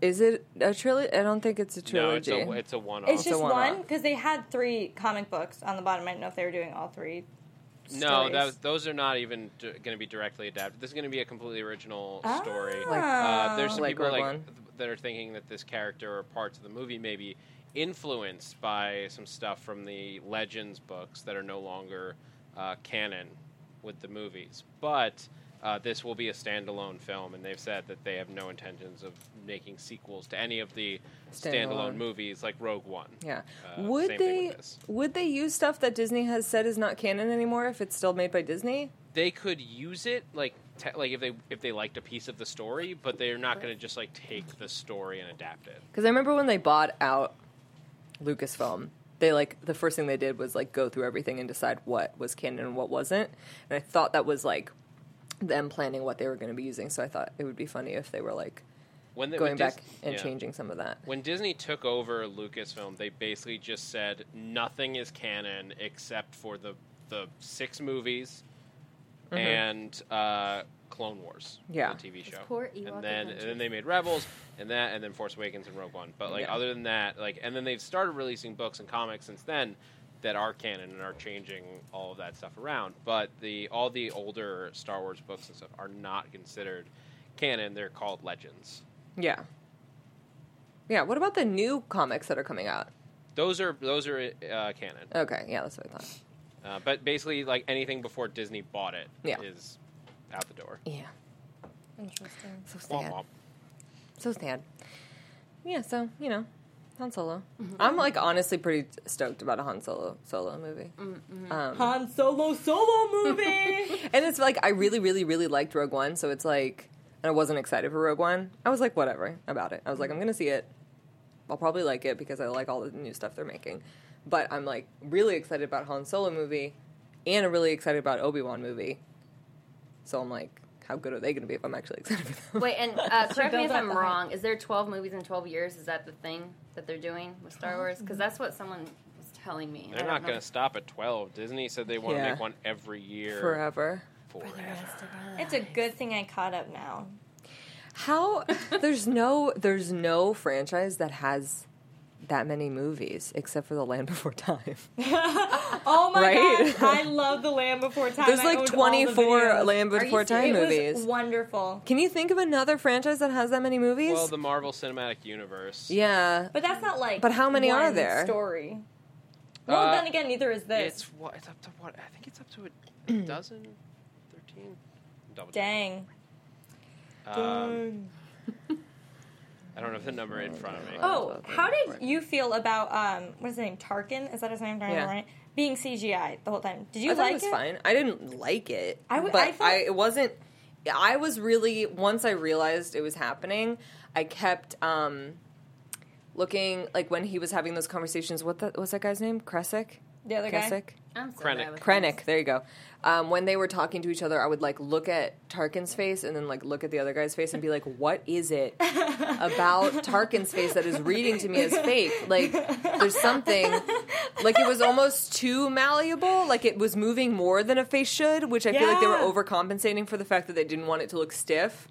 A: is it a trilogy? I don't think it's a
J: no, it's
A: trilogy.
J: a it's a one
D: It's
J: off.
D: just
A: one-off.
D: one because they had three comic books on the bottom. I didn't know if they were doing all three.
J: No,
D: stories.
J: that was, those are not even d- going to be directly adapted. This is going to be a completely original story.
D: Like-
J: uh, there's some
A: Like
J: people
A: Rogue
J: like
A: One.
J: th- that are thinking that this character or parts of the movie may be influenced by some stuff from the Legends books that are no longer uh, canon with the movies, but. Uh, this will be a standalone film, and they've said that they have no intentions of making sequels to any of the standalone,
A: Standalone.
J: movies like Rogue One.
A: yeah.
J: Uh,
A: would
J: same thing with
A: they
J: this.
A: would they use stuff that Disney has said is not canon anymore if it's still made by Disney?
J: they could use it like te- like if they if they liked a piece of the story, but they're not going to just like take the story and adapt it.
A: Because I remember when they bought out Lucasfilm, they like the first thing they did was like go through everything and decide what was canon and what wasn't. And I thought that was like them planning what they were going to be using. So I thought it would be funny if they were like
J: When they,
A: going
J: when
A: back
J: Dis-
A: and
J: yeah.
A: changing some of that.
J: When Disney took over Lucasfilm, they basically just said nothing is canon except for the the six movies and uh, Clone Wars,
A: Mm-hmm. Yeah.
J: the TV show.
I: poor Ewok
J: and then and
I: adventures.
J: then they made Rebels and that and then Force Awakens and Rogue One. But like
A: Yeah.
J: other than that, like and then they've started releasing books and comics since then that are canon and are changing all of that stuff around. But the all the older Star Wars books and stuff are not considered canon. They're called legends.
A: Yeah. Yeah. What about the new comics that are coming out?
J: Those are those are uh, canon.
A: Okay. Yeah, that's what I thought.
J: Uh, but basically, like anything before Disney bought it is
A: Yeah.
J: out the door.
A: Yeah.
D: Interesting.
A: So sad.
J: Womp womp.
A: So sad. Yeah, so, you know, Han Solo. I'm like honestly pretty stoked about a Han Solo solo movie. Um,
D: Han Solo solo movie.
A: And it's like I really, really, really liked Rogue One, so it's like and I wasn't excited for Rogue One. I was like, whatever about it. I was like, I'm gonna see it. I'll probably like it because I like all the new stuff they're making. But I'm like really excited about Han Solo movie, and I'm really excited about Obi Wan movie. So I'm like, how good are they gonna be if I'm actually excited for them?
I: Wait, and uh,
D: So
I: correct me
D: build
I: if
D: up
I: I'm
D: the
I: wrong. Is there 12 movies in 12 years? Is that the thing that they're doing with
A: Uh-huh.
I: Star Wars? Because that's what someone was telling me. I
J: They're
I: don't
J: not
I: know.
J: going to stop at 12. Disney said they want to
A: Yeah.
J: make one every year.
A: Forever.
J: Forever.
D: It's a good thing I caught up now.
A: How there's no there's no franchise that has that many movies except for The Land Before Time.
D: Oh my
A: Right?
D: gosh, I love The Land Before Time.
A: There's
D: I
A: like
D: owned all the
A: 24
D: videos.
A: Land
I: Are you
A: Before Time
I: serious?
D: It was
A: movies.
D: wonderful.
A: Can you think of another franchise that has that many movies?
J: Well, the Marvel Cinematic Universe.
A: yeah.
D: But that's not like
A: But how many are
D: one
A: there?
D: Story. Well,
J: Uh,
D: then again, neither is this.
J: It's what? It's up to what? I think it's up to a, a dozen, thirteen. Double
D: Dang.
J: Um, I don't have the number in front of me.
D: Oh, how did you feel about um what's his name? Tarkin? Is that his name?
A: Yeah.
D: Yeah. Right? Being CGI the whole time. Did you
A: I thought
D: like
A: it was fine. I didn't like it,
D: I w-
A: but I,
D: I thought-
A: it wasn't. I was really once I realized it was happening. I kept um, looking like when he was having those conversations. What the, what's that guy's name? Kresik.
D: The other guy?
A: Kresik.
I: I'm so
J: Krennic.
I: bad with names.
A: Krennic, there you go. Um, when they were talking to each other, I would like look at Tarkin's face and then like look at the other guy's face and be like, "What is it about Tarkin's face that is reading to me as fake? Like, there's something. Like it was almost too malleable. Like it was moving more than a face should, which I feel like they were
D: Yeah.
A: overcompensating for the fact that they didn't want it to look stiff.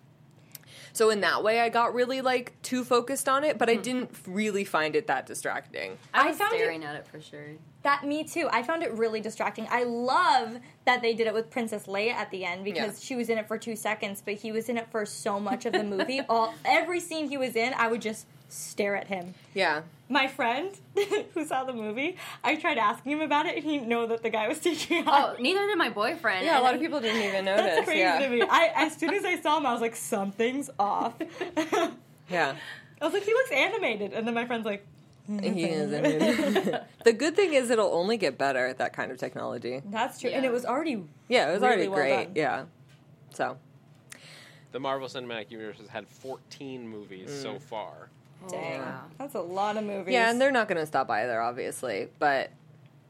A: So in that way, I got really like too focused on it, but I didn't really find it that distracting.
I: I
D: I
I: was
D: found it-
I: staring at it for sure.
D: That me too. I found it really distracting. I love that they did it with Princess Leia at the end because
A: Yeah.
D: she was in it for two seconds, but he was in it for so much of the movie. All every scene he was in, I would just stare at him.
A: Yeah.
D: My friend who saw the movie, I tried asking him about it, and he didn't know that the guy was taking
I: Oh,
D: out.
I: neither did my boyfriend.
A: Yeah, a
I: and
A: lot of
I: he-
A: people didn't even notice.
D: That's crazy
A: yeah.
D: to me. I, as soon as I saw him, I was like, something's off. I
A: Yeah.
D: was like, he looks animated, and then my friend's like,
A: He is an idiot. the good thing is it'll only get better that kind of technology.
D: that's true. And
I: Yeah.
D: it was already
A: Yeah, Oh, it was already
D: Really well
A: great.
D: done.
A: yeah. So
J: The Marvel Cinematic Universe has had 14 movies so
A: Mm.
J: far.
D: dang.
I: wow.
D: That's a lot of movies.
A: yeah, and they're not going to stop either, obviously. But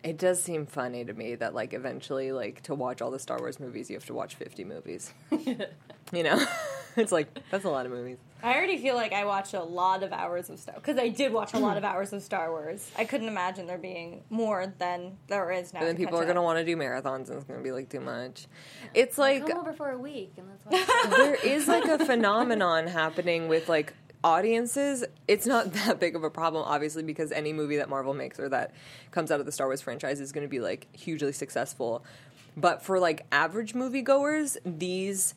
A: it does seem funny to me that like eventually, like to watch all the Star Wars movies, you have to watch fifty movies. you know, it's like that's a lot of movies.
D: I already feel like I watched a lot of hours of Star because I did watch a lot of hours of Star Wars. I couldn't imagine there being more than there is now.
A: And then
D: to
A: people
D: catch
A: are going to
D: up.
A: want to do marathons, and it's going to be like too much. It's like
I: Come over for a week, and that's why.
A: there is like a phenomenon happening with like audiences. It's not that big of a problem, obviously, because any movie that Marvel makes or that comes out of the Star Wars franchise is going to be like hugely successful. But for like average moviegoers, these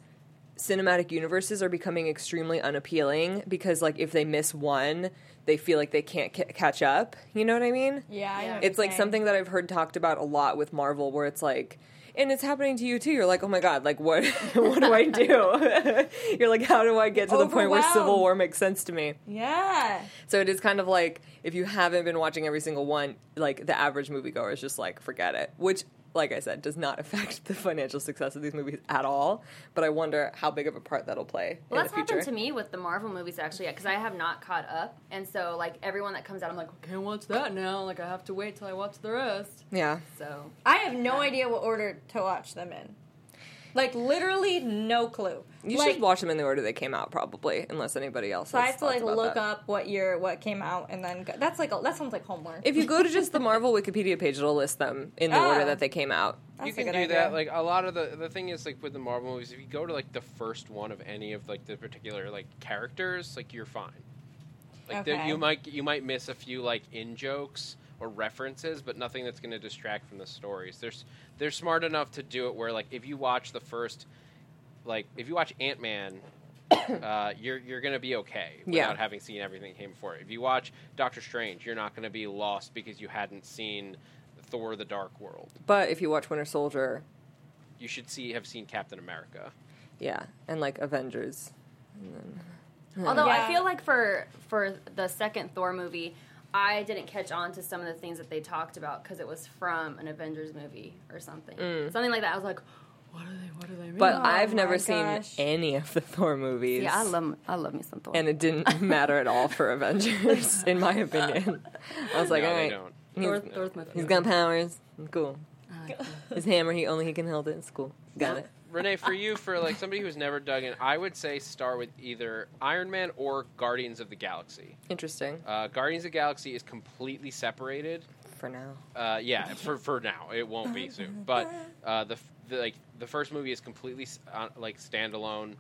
A: cinematic universes are becoming extremely unappealing because like if they miss one, they feel like they can't ca- catch up. You know what I mean?
D: Yeah, I know what
A: it's
D: you're
A: like
D: saying.
A: something that I've heard talked about a lot with Marvel, where it's like, and it's happening to you too. You're like, oh my god, like what? what do I do? You're like, how do I get to the point where Civil
D: Overwhelmed.
A: War makes sense to me?
D: Yeah,
A: So it is kind of like if you haven't been watching every single one, like the average moviegoer is just like, forget it. Which, like I said, does not affect the financial success of these movies at all. But I wonder how big of a part that'll play
I: Well,
A: in
I: that's
A: the future.
I: happened to me with the Marvel movies actually, because I have not caught up, and so like everyone that comes out, I'm like, I can't watch that now. Like I have to wait till I watch the rest.
A: Yeah.
I: So
D: I have no idea what order to watch them in. Like literally, no clue.
A: You
D: like,
A: should watch them in the order they came out, probably, unless anybody else.
D: So I
A: has
D: have to like
A: thoughts about
D: look
A: that.
D: up what year what came out, and then go. that's like a, that sounds like homework.
A: If you go to just the Marvel Wikipedia page, it'll list them in the
D: Ah.
A: order that they came out.
D: That's
J: you
D: a
J: can do
D: good
J: that.
D: idea.
J: Like a lot of the the thing is like with the Marvel movies, if you go to like the first one of any of like the particular like characters, like you're fine. Like there,
D: Okay.
J: you might you might miss a few like in jokes or references, but nothing that's going to distract from the stories. There's they're smart enough to do it where like if you watch the first, like if you watch Ant Man. Uh, you're you're gonna be okay without
A: Yeah.
J: having seen everything that came before. If you watch Doctor Strange, you're not gonna be lost because you hadn't seen Thor: The Dark World
A: But if you watch Winter Soldier,
J: you should see have seen Captain America.
A: yeah, and like Avengers.
I: Although I
D: Yeah.
I: feel like for for the second Thor movie, I didn't catch on to some of the
A: Mm.
I: things that they talked about because it was from an Avengers movie or something, something like "Oh, that. I was like,
C: what are they? What are they?
A: But
C: making?
A: I've
C: Oh
A: never
C: my
A: seen
C: gosh.
A: any of the Thor movies.
C: Yeah, I love I love me some Thor.
A: and it didn't matter at all for Avengers, in my opinion. I was like,
J: No,
A: all
J: they
A: right,
J: don't.
A: He's,
C: Thor- Thor's my
A: he's
C: favorite.
A: got powers, cool. His hammer, he only he can hold it. It's cool. Got it.
J: Renee, for you, for like somebody who's never dug in, I would say start with either Iron Man or Guardians of the Galaxy.
A: Interesting.
J: Uh, Guardians of the Galaxy is completely separated.
A: For now,
J: Uh, yeah, for, for now, it won't be soon. But uh, the, f- the like the first movie is completely s- on like standalone.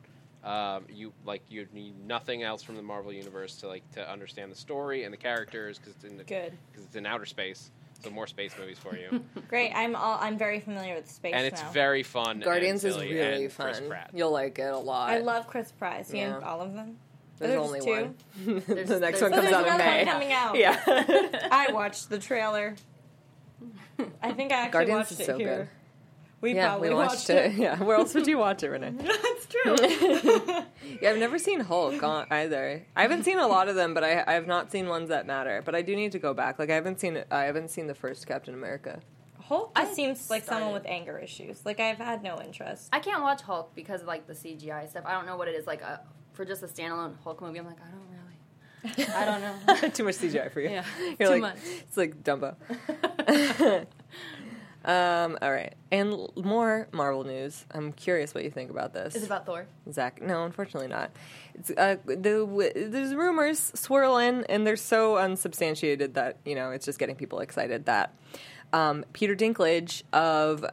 J: Um, you like you need nothing else from the Marvel universe to like to understand the story and the characters because it's in the,
D: Good.
J: because it's in outer space. So more space movies for you,
D: Great. I'm all. I'm very familiar with space
J: and it's
D: now.
J: very fun.
A: Guardians
J: and
A: is
J: silly
A: really
J: and Chris
A: fun.
J: Pratt.
A: You'll like it a lot.
D: I love Chris Pratt. See
A: Yeah.
D: all of them.
A: There's
D: There's
A: only
D: two.
A: one.
C: There's-
A: the
C: there's-
A: next one
D: Oh,
A: comes
D: there's
A: out in
D: another
A: May.
D: one coming out.
A: Yeah.
D: I watched the trailer. I think I actually
A: Guardians
D: watched
A: is
D: it
A: so
D: here.
A: good.
D: We
A: Yeah,
D: probably
A: we watched, it. Yeah, where else would you watch it, Renee?
D: That's true.
A: Yeah, I've never seen Hulk on- either. I haven't seen a lot of them, but I I have not seen ones that matter. But I do need to go back. Like I haven't seen I haven't seen the first Captain America.
D: Hulk just seems like someone
I: started.
D: with anger issues. Like I've had no interest.
I: I can't watch Hulk because of like the CGI stuff. I don't know what it is like uh, for just a standalone Hulk movie. I'm like, I don't really. I don't know.
A: Too much CGI for you.
C: Yeah,
A: You're
C: too
A: like,
C: much.
A: It's like Dumbo. um, all right, and l- more Marvel news. I'm curious what you think about this.
C: Is it about Thor?
A: Zach. No, unfortunately not. It's, uh, the w- there's rumors swirling, and they're so unsubstantiated that you know it's just getting people excited that um, Peter Dinklage of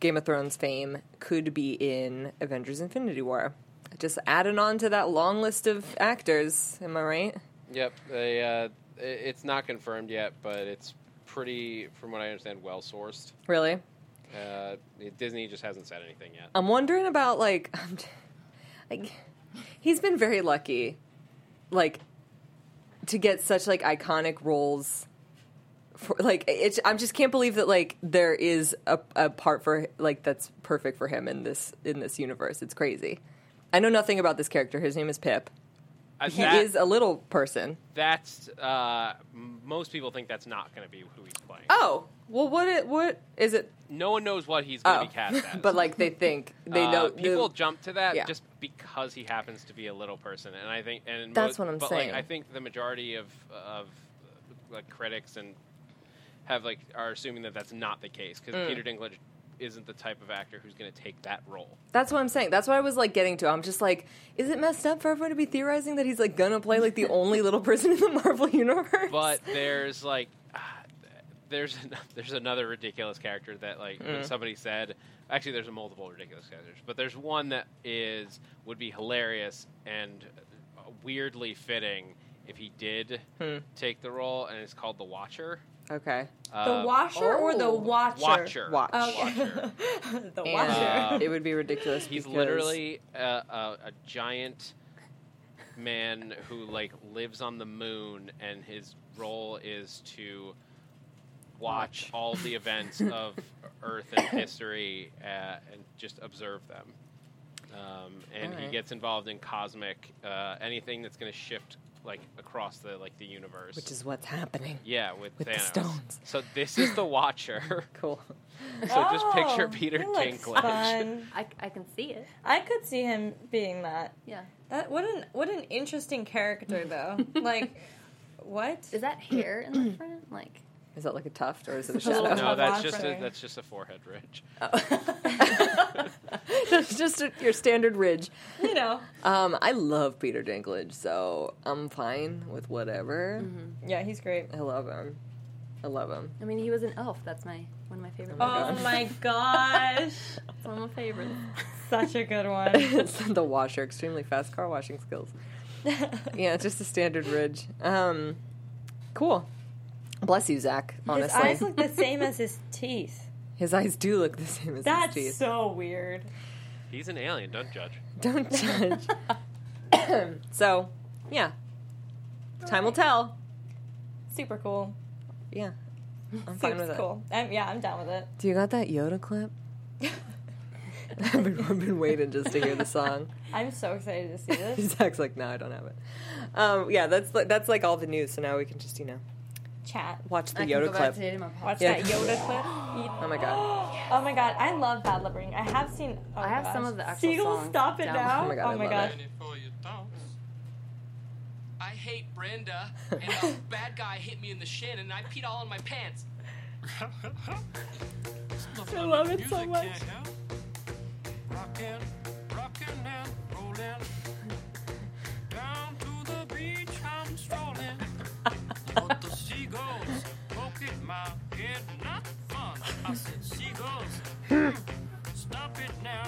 A: Game of Thrones fame could be in Avengers: Infinity War. Just adding on to that long list of actors, am I right?
J: Yep, they, uh, i- it's not confirmed yet, but it's pretty, from what I understand, well sourced.
A: Really?
J: Uh, Disney just hasn't said anything yet.
A: I'm wondering about like, like he's been very lucky, like to get such like iconic roles. For, like it's, I just can't believe that like there is a, a part for like that's perfect for him in this in this universe. It's crazy. I know nothing about this character. His name is Pip.
J: Uh,
A: He
J: that-
A: is a little person.
J: That's uh, m- most people think that's not going to be who he's playing.
A: Oh well, what it, what is it?
J: No one knows what he's going to
A: Oh,
J: be cast as.
A: but like they think they
J: Uh,
A: know
J: people
A: the-
J: jump to that
A: yeah.
J: just because he happens to be a little person, and I think and
A: That's
J: mo-
A: what I'm
J: but,
A: saying.
J: Like, I think the majority of of uh, like critics and have like are assuming that that's not the case
A: Mm.
J: because Peter Dinklage isn't the type of actor who's going to take that role.
A: That's what I'm saying. That's what I was like getting to. I'm just like, is it messed up for everyone to be theorizing that he's like gonna play like the only little person in the Marvel universe?
J: But there's like, ah, there's an- there's another ridiculous character that like when somebody said. Actually, there's multiple ridiculous characters, but there's one that is would be hilarious and weirdly fitting if he did take the role, and it's called the Watcher.
A: okay,
J: Um,
D: the washer or the
A: oh.
D: watcher?
J: Watcher.
A: Watch.
D: Okay. the
A: And
D: watcher.
A: uh, it would be ridiculous.
J: He's
A: because-
J: literally a, a, a giant man who like lives on the moon, and his role is to watch, all the events of Earth and history uh, and just observe them. Um, and he
A: Alright.
J: gets involved in cosmic uh, anything that's going to shift like across the like the universe.
A: which is what's happening.
J: yeah, with,
A: with the
J: Thanos.
A: stones.
J: So this is the Watcher.
A: Cool.
J: so just picture
D: Oh,
J: Peter
D: he looks
J: Dinklage.
D: fun.
I: I, I can see it.
D: I could see him being that.
I: Yeah.
D: That what an what an interesting character though. like what?
I: Is that hair in the front? Like,
A: Is that like a tuft or is it a
D: It's a little
A: shadow?
J: No, that's
D: Watcher.
J: just a, that's just a forehead ridge.
A: That's just a, your standard ridge.
D: you know?
A: Um, I love Peter Dinklage, so I'm fine with whatever.
D: Yeah, he's great.
A: I love him. I love him.
I: I mean, he was an elf. That's my one of my favorite.
D: Oh my gosh.
I: That's one of my favorites.
D: Such a good one.
A: the washer, extremely fast car washing skills. yeah, it's just a standard ridge. Um, cool. Bless you, Zach.
D: His
A: Honestly,
D: eyes look the same as his teeth.
A: His eyes do look the same as
D: That's
A: his teeth.
D: so weird.
J: He's an alien. Don't judge.
A: Don't judge. so, yeah, time will tell.
D: Super cool.
A: Yeah, I'm fine
D: Super
A: with it.
D: cool. I'm, yeah, I'm down with it.
A: Do you got that Yoda clip? I've been, I've been waiting just to hear the song.
D: I'm so excited to see this.
A: Zach's like, no, I don't have it. Um, yeah, that's li- that's like all the news. So now we can just you know
D: Chat.
A: watch the
I: I can
A: Yoda
I: go back
A: clip.
I: to it in my pocket.
D: Watch
A: Yeah.
D: that Yoda clip. He,
A: Oh my god.
D: oh my god, I love Bad Lip Ring. I have seen. Oh
C: I have
D: gosh.
C: some of the actual
D: Seagull,
C: songs
D: stop it
C: down.
D: now.
A: Oh my God, I love
D: gosh.
K: I hate Brenda, and a bad guy hit me in the shin, and I peed all in my pants.
D: I love it so much.
K: Rockin', rockin' and rollin'. Down to the beach I'm strolling. But the seagulls poke at my head, not fun. I said, seagulls, hmm, stop it now.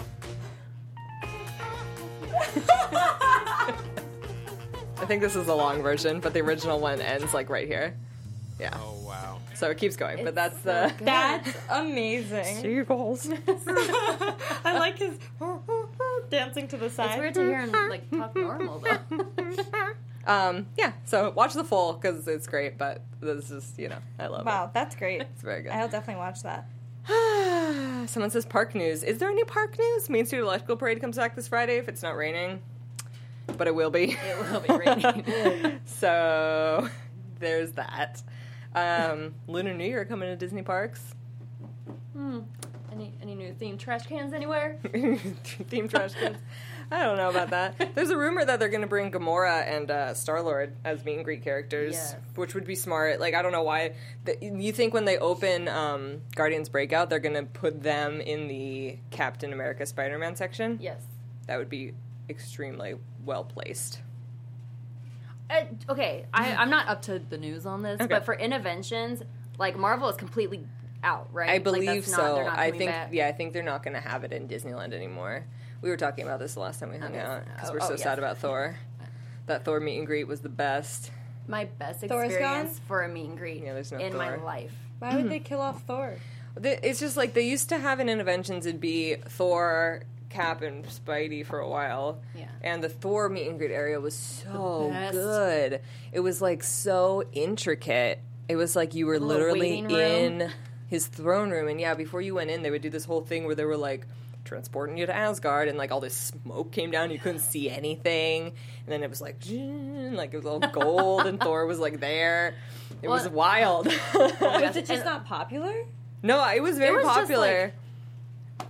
D: Oh
A: I think this is the long version, but the original one ends like right here. Yeah.
J: Oh wow.
A: So it keeps going, but that's uh, the
D: That's amazing.
A: seagulls.
D: I like his dancing to the side.
C: It's weird to hear him like talk normal though.
A: Um, yeah. So watch the full because it's great, but this is you know I love it.
D: Wow, that's great.
A: It's very good.
D: I'll definitely watch that.
A: Someone says park news. Is there any park news? Main Street Electrical Parade comes back this Friday if it's not raining, but it will be.
C: it will be raining.
A: so there's that. Um, Lunar New Year coming to Disney parks.
C: any any new theme? Trash cans anywhere?
A: Theme trash cans. I don't know about that. There's a rumor that they're going to bring Gamora and uh, Star Lord as meet and greet characters,
C: Yes.
A: which would be smart. Like I don't know why. The, you think when they open um, Guardians Breakout, they're going to put them in the Captain America Spider Man section?
C: Yes.
A: That would be extremely well placed.
C: Uh, okay, I, I'm not up to the news on this,
A: Okay.
C: but for interventions, like Marvel is completely out, right?
A: I
C: Like, that's
A: believe
C: not-
A: so.
C: they're not
A: I
C: coming
A: think
C: back.
A: yeah, I think they're not going to have it in Disneyland anymore. We were talking about this the last time we hung
C: Okay.
A: out because
C: Oh,
A: we're
C: oh,
A: so
C: yes.
A: sad about Thor. That Thor meet and greet was the best.
C: My best
D: Thor's
C: experience
D: gone?
C: for a meet and greet
A: Yeah, there's no
C: in my
A: Thor.
C: life.
D: Why
A: Hmm.
D: would they kill off Thor?
A: The- It's just like they used to have in interventions. It'd be Thor, Cap, and Spidey for a while.
C: Yeah.
A: And the Thor meet and greet area was so
C: The best.
A: good. It was like so intricate. It was like you were
C: Little
A: literally
C: waiting room.
A: in his throne room. And yeah, before you went in, they would do this whole thing where they were like transporting you to Asgard, and like all this smoke came down. You couldn't see anything. And then it was like, like it was all gold, and Thor was like there. It was
C: Well-
A: wild.
D: Was it just not popular?
A: No, it was very
C: was just,
A: popular.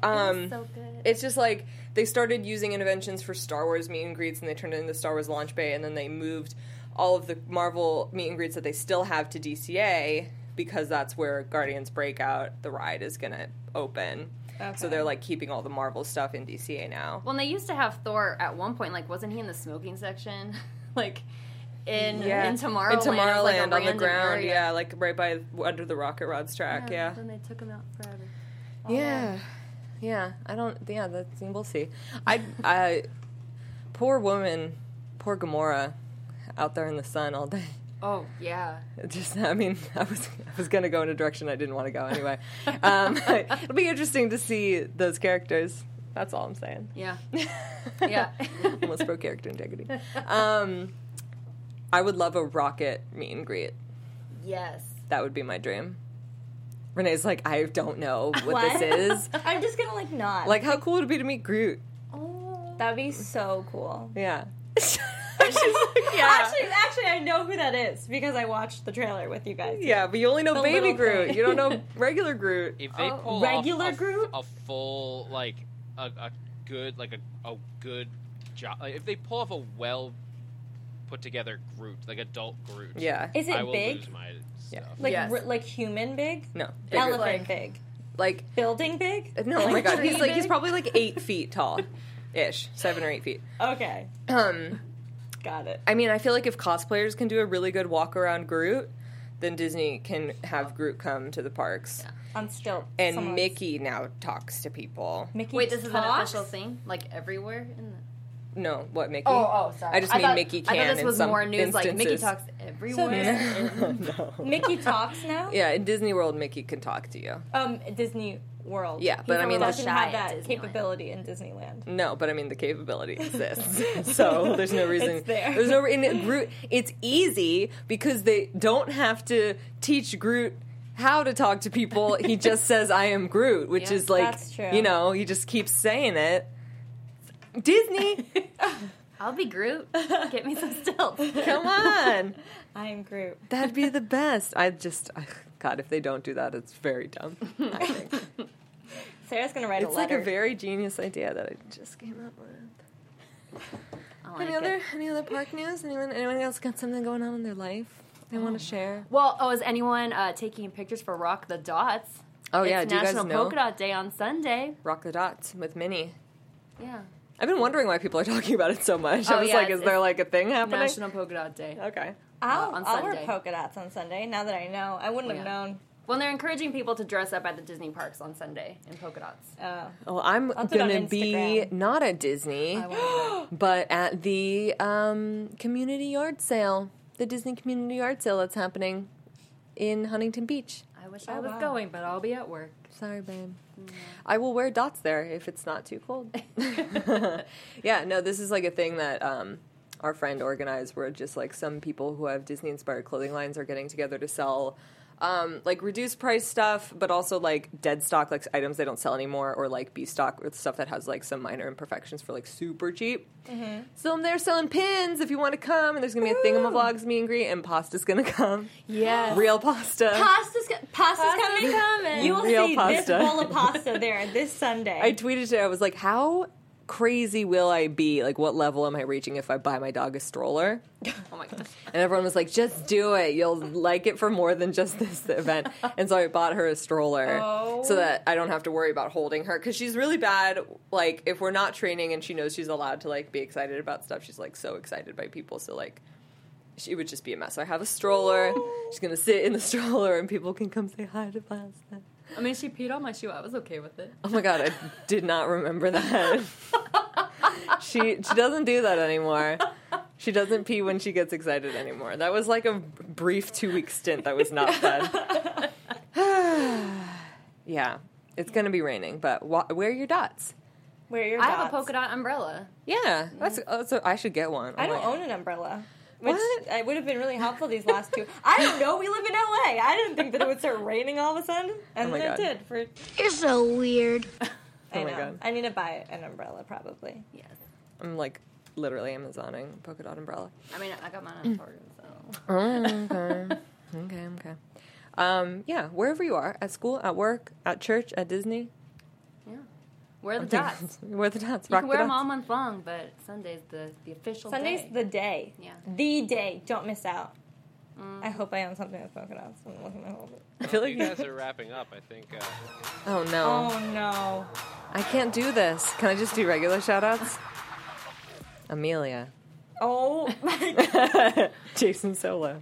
A: um,
C: so good.
A: it's just like they started using interventions for Star Wars meet and greets, and they turned it into Star Wars launch bay, and then they moved all of the Marvel meet and greets that they still have to DCA because that's where Guardians Breakout the ride is gonna open. So
D: Okay.
A: they're like keeping all the Marvel stuff in DCA now.
C: Well, and they used to have Thor at one point. Like, wasn't he in the smoking section? like, in in Tomorrowland,
A: in
C: it was, like, a
A: Tomorrowland on the
C: random
A: ground,
C: area.
A: yeah, like right by under the Rocket Rods track, yeah.
C: Then they took him out forever.
A: Yeah, yeah. I don't. Yeah, that's we'll see. I, I, poor woman, poor Gamora, out there in the sun all day.
C: Oh yeah.
A: It Just, I mean, I was I was gonna go in a direction I didn't want to go anyway. Um, it'll be interesting to see those characters. That's all I'm saying.
C: Yeah. Yeah.
A: Almost broke character integrity. Um, I would love a rocket meet and greet.
C: yes.
A: That would be my dream. Renee's like, I don't know what,
D: What?
A: this is.
D: I'm just gonna like not.
A: Like, how cool would it be to meet Groot?
D: that'd be so cool.
A: Yeah.
D: Actually, actually, I know who that is because I watched the trailer with you guys.
A: Yeah, but you only know
D: The
A: baby
D: little
A: Groot.
D: thing.
A: You don't know regular Groot.
J: If they
D: Oh,
J: pull
D: regular
J: off a,
D: group?
J: a full like a, a good like a, a good job, like, if they pull off a well put together group, like adult group,
A: Yeah.
D: Is it
J: I will
D: big?
J: lose my stuff.
A: Yeah.
D: Like
C: Yes.
D: r- like human big,
A: No. bigger.
D: elephant big,
A: Like
D: building big.
A: no, oh my god.
C: tree
A: He's like he's
C: big?
A: probably like eight feet tall. Ish. Seven or eight feet.
D: Okay,
A: Um
D: got it.
A: I mean I feel like if cosplayers can do a really good walk around Groot, then Disney can have Groot come to the parks.
D: I'm still
A: And
D: someone's-
A: Mickey now talks to people.
D: Mickey
C: Wait, this is an
D: talks?
C: official thing, like everywhere in the.
A: No, what Mickey?
C: Oh, oh, sorry.
A: I just mean
C: thought-
A: Mickey
C: I
A: can
C: thought this
A: in
C: was
A: some
C: more news. Like Mickey
A: instances. Oh,
C: talks everywhere.
A: no.
D: Mickey talks now.
A: Yeah, in Disney World, Mickey can talk to you.
D: Um, Disney World.
A: Yeah, but I mean,
D: probably
A: the
D: doesn't
C: shy at
D: have that
C: Disneyland.
D: capability in Disneyland.
A: No, but I mean the capability exists, so there's no reason.
D: It's there.
A: There's no in Groot. It's easy because they don't have to teach Groot how to talk to people. He just says, "I am Groot," which
C: Yeah,
A: is like
D: that's true.
A: you know he just keeps saying it. Disney,
C: I'll be Groot. Get me some stilts.
A: come on,
D: I am Groot.
A: that'd be the best. I just. I, God, if they don't do that, it's very dumb. I think.
D: Sarah's gonna write
A: it's
D: a letter.
A: like a very genius idea that I just came up with. any other any other park news? Anyone anyone else got something going on in their life they want to share?
I: Well, oh, is anyone uh, taking pictures for Rock the Dots?
A: Oh, yeah,
I: it's
A: do you guys
I: National
A: know?
I: Polka Dot Day on Sunday.
A: Rock the dots with Minnie.
I: Yeah.
A: I've been wondering why people are talking about it so much.
I: Oh,
A: I was
I: yeah,
A: like,
I: it's-
A: is there
I: it's
A: like a thing happening?
I: National Polka Dot Day.
A: Okay.
D: I'll,
I: on
D: I'll wear
I: Sunday.
D: polka dots on Sunday. Now that I know, I
C: Oh,
D: wouldn't have known.
I: Well, they're encouraging people to dress up at the Disney parks on Sunday in polka dots.
D: Oh.
A: Well, I'm
I: I'll put it on
A: gonna be not at Disney, but at the um, community yard sale, the Disney community yard sale that's happening in Huntington Beach.
I: I wish
C: Oh,
I: I was
C: wow.
I: going, but I'll be at work.
A: Sorry, babe. I will wear dots there if it's not too cold. yeah, no, this is like a thing that um, our friend organized where just like some people who have Disney inspired clothing lines are getting together to sell um, like reduced price stuff, but also like dead stock, like items they don't sell anymore, or like B stock or stuff that has like some minor imperfections for like super cheap.
D: Mhm.
A: So I'm there selling pins if you want to come, and there's gonna be a Thingamavlogs meet and greet, and pasta's gonna come.
D: Yes.
A: Real pasta.
D: Pasta's, co- pasta's coming.
A: coming.
D: You will
A: Real
D: see this
A: pasta.
D: bowl of pasta there this Sunday.
A: I tweeted today. I was like, "How crazy will I be? Like, what level am I reaching if I buy my dog a stroller?"
I: Oh my gosh.
A: And everyone was like, "Just do it. You'll like it for more than just this event." And so I bought her a stroller
D: Oh.
A: so that I don't have to worry about holding her because she's really bad. Like, if we're not training and she knows she's allowed to like be excited about stuff, she's like so excited by people. So like. She would just be a mess. So I have a stroller. She's gonna sit in the stroller, and people can come say hi to Pasta.
I: I mean, she peed on my shoe. I was okay with it.
A: Oh my god, I did not remember that. she she doesn't do that anymore. She doesn't pee when she gets excited anymore. That was like a brief two week stint that was not fun. yeah, it's gonna be raining, but wa- wear your dots.
D: Where your
I: I have a
D: dots.
I: polka dot umbrella.
A: Yeah, that's, that's I should get one. Oh my
D: I don't
A: God.
D: own an umbrella. Which I would have been really helpful these last two. I don't know. We live in LA. I didn't think that it would start raining all of a sudden, and
A: Oh my
D: then
A: God.
D: it did. For
F: You're so weird.
D: I
A: Oh my
D: know.
A: God.
D: I need to buy an umbrella probably.
I: Yes.
A: I'm like literally Amazoning a polka dot umbrella.
I: I mean, I got mine on Target, so.
A: Oh, okay. okay, okay. Um, yeah, wherever you are, at school, at work, at church, at Disney,
I: Yeah. Where are the dots?
A: Wear the dots.
I: You
A: Rock
I: can wear
A: the
I: them all
A: dots.
I: month long, but Sunday's the, the official
D: Sunday's
I: day.
D: the day.
I: Yeah. Mm.
D: The day. Don't miss out. I hope I own something with polka dots. I'm looking to hold it.
A: I feel like
J: you guys are wrapping up. I think. Uh,
A: Oh no.
D: Oh no.
A: I can't do this. Can I just do regular shout outs? Amelia.
D: Oh my
A: Jason Solo.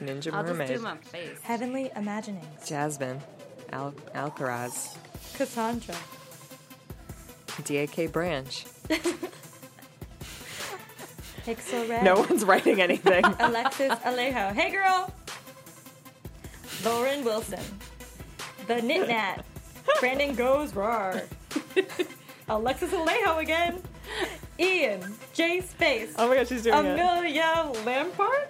A: Ninja
D: I'll just
A: Mermaid.
D: do my-
I: face.
D: Heavenly Imagining.
A: Jasmine. Al- Alcaraz.
D: Cassandra.
A: DAK Branch.
D: Pixel Red.
A: No one's writing anything.
D: Alexis Alejo. Hey girl. Lauren Wilson. The Knit Nat. Brandon Goes Rar. Alexis Alejo again. Ian J Space.
A: Oh my god, she's doing it.
D: Amelia Lampard?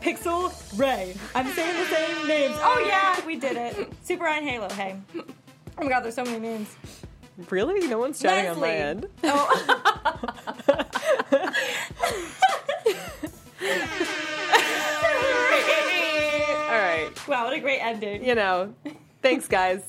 D: Pixel Ray. I'm saying the same names. Oh yeah, we did it. Super on Halo, hey. Oh my god, there's so many names.
A: Really? No one's chatting on my
D: Leslie.
A: end.
D: Oh.
A: All right.
D: wow, what a great ending.
A: You know, thanks guys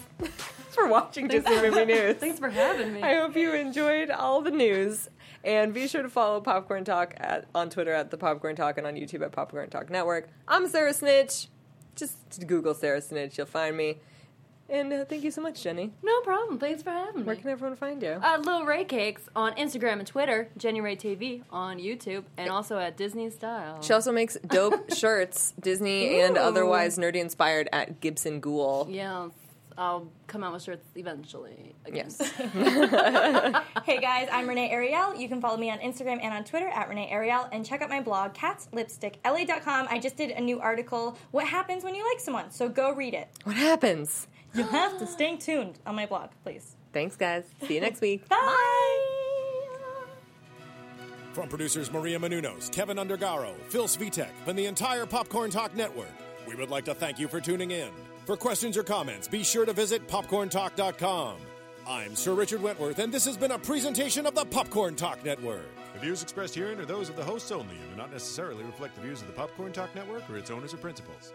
A: for watching Disney Movie News.
I: Thanks for having me.
A: I hope you enjoyed all the news. And be sure to follow Popcorn Talk at, on Twitter at The Popcorn Talk and on YouTube at Popcorn Talk Network. I'm Sarah Snitch. Just Google Sarah Snitch, you'll find me. And uh, thank you so much, Jenny.
I: No problem. Thanks for having
A: Where
I: me.
A: can everyone find you?
I: Uh, Lil Ray Cakes on Instagram and Twitter, Jenny Ray TV on YouTube, and also at Disney Style.
A: She also makes dope shirts, Disney and
I: Ooh.
A: otherwise nerdy inspired, at Gibson Ghoul.
I: Yeah, I'll come out with shirts eventually. Again.
A: Yes.
D: Hey guys, I'm Renee Ariel. You can follow me on Instagram and on Twitter at Renee Ariel and check out my blog, catslipstickla.com. I just did a new article, What Happens When You Like Someone, so go read it.
A: What happens?
D: You have to stay tuned on my blog, please.
A: Thanks, guys. See you next week.
D: Bye.
B: From producers Maria Menunos, Kevin Undergaro, Phil Svitek, and the entire Popcorn Talk Network, we would like to thank you for tuning in. For questions or comments, be sure to visit popcorntalk.com. I'm Sir Richard Wentworth, and this has been a presentation of the Popcorn Talk Network.
L: The views expressed herein are those of the hosts only and do not necessarily reflect the views of the Popcorn Talk Network or its owners or principals.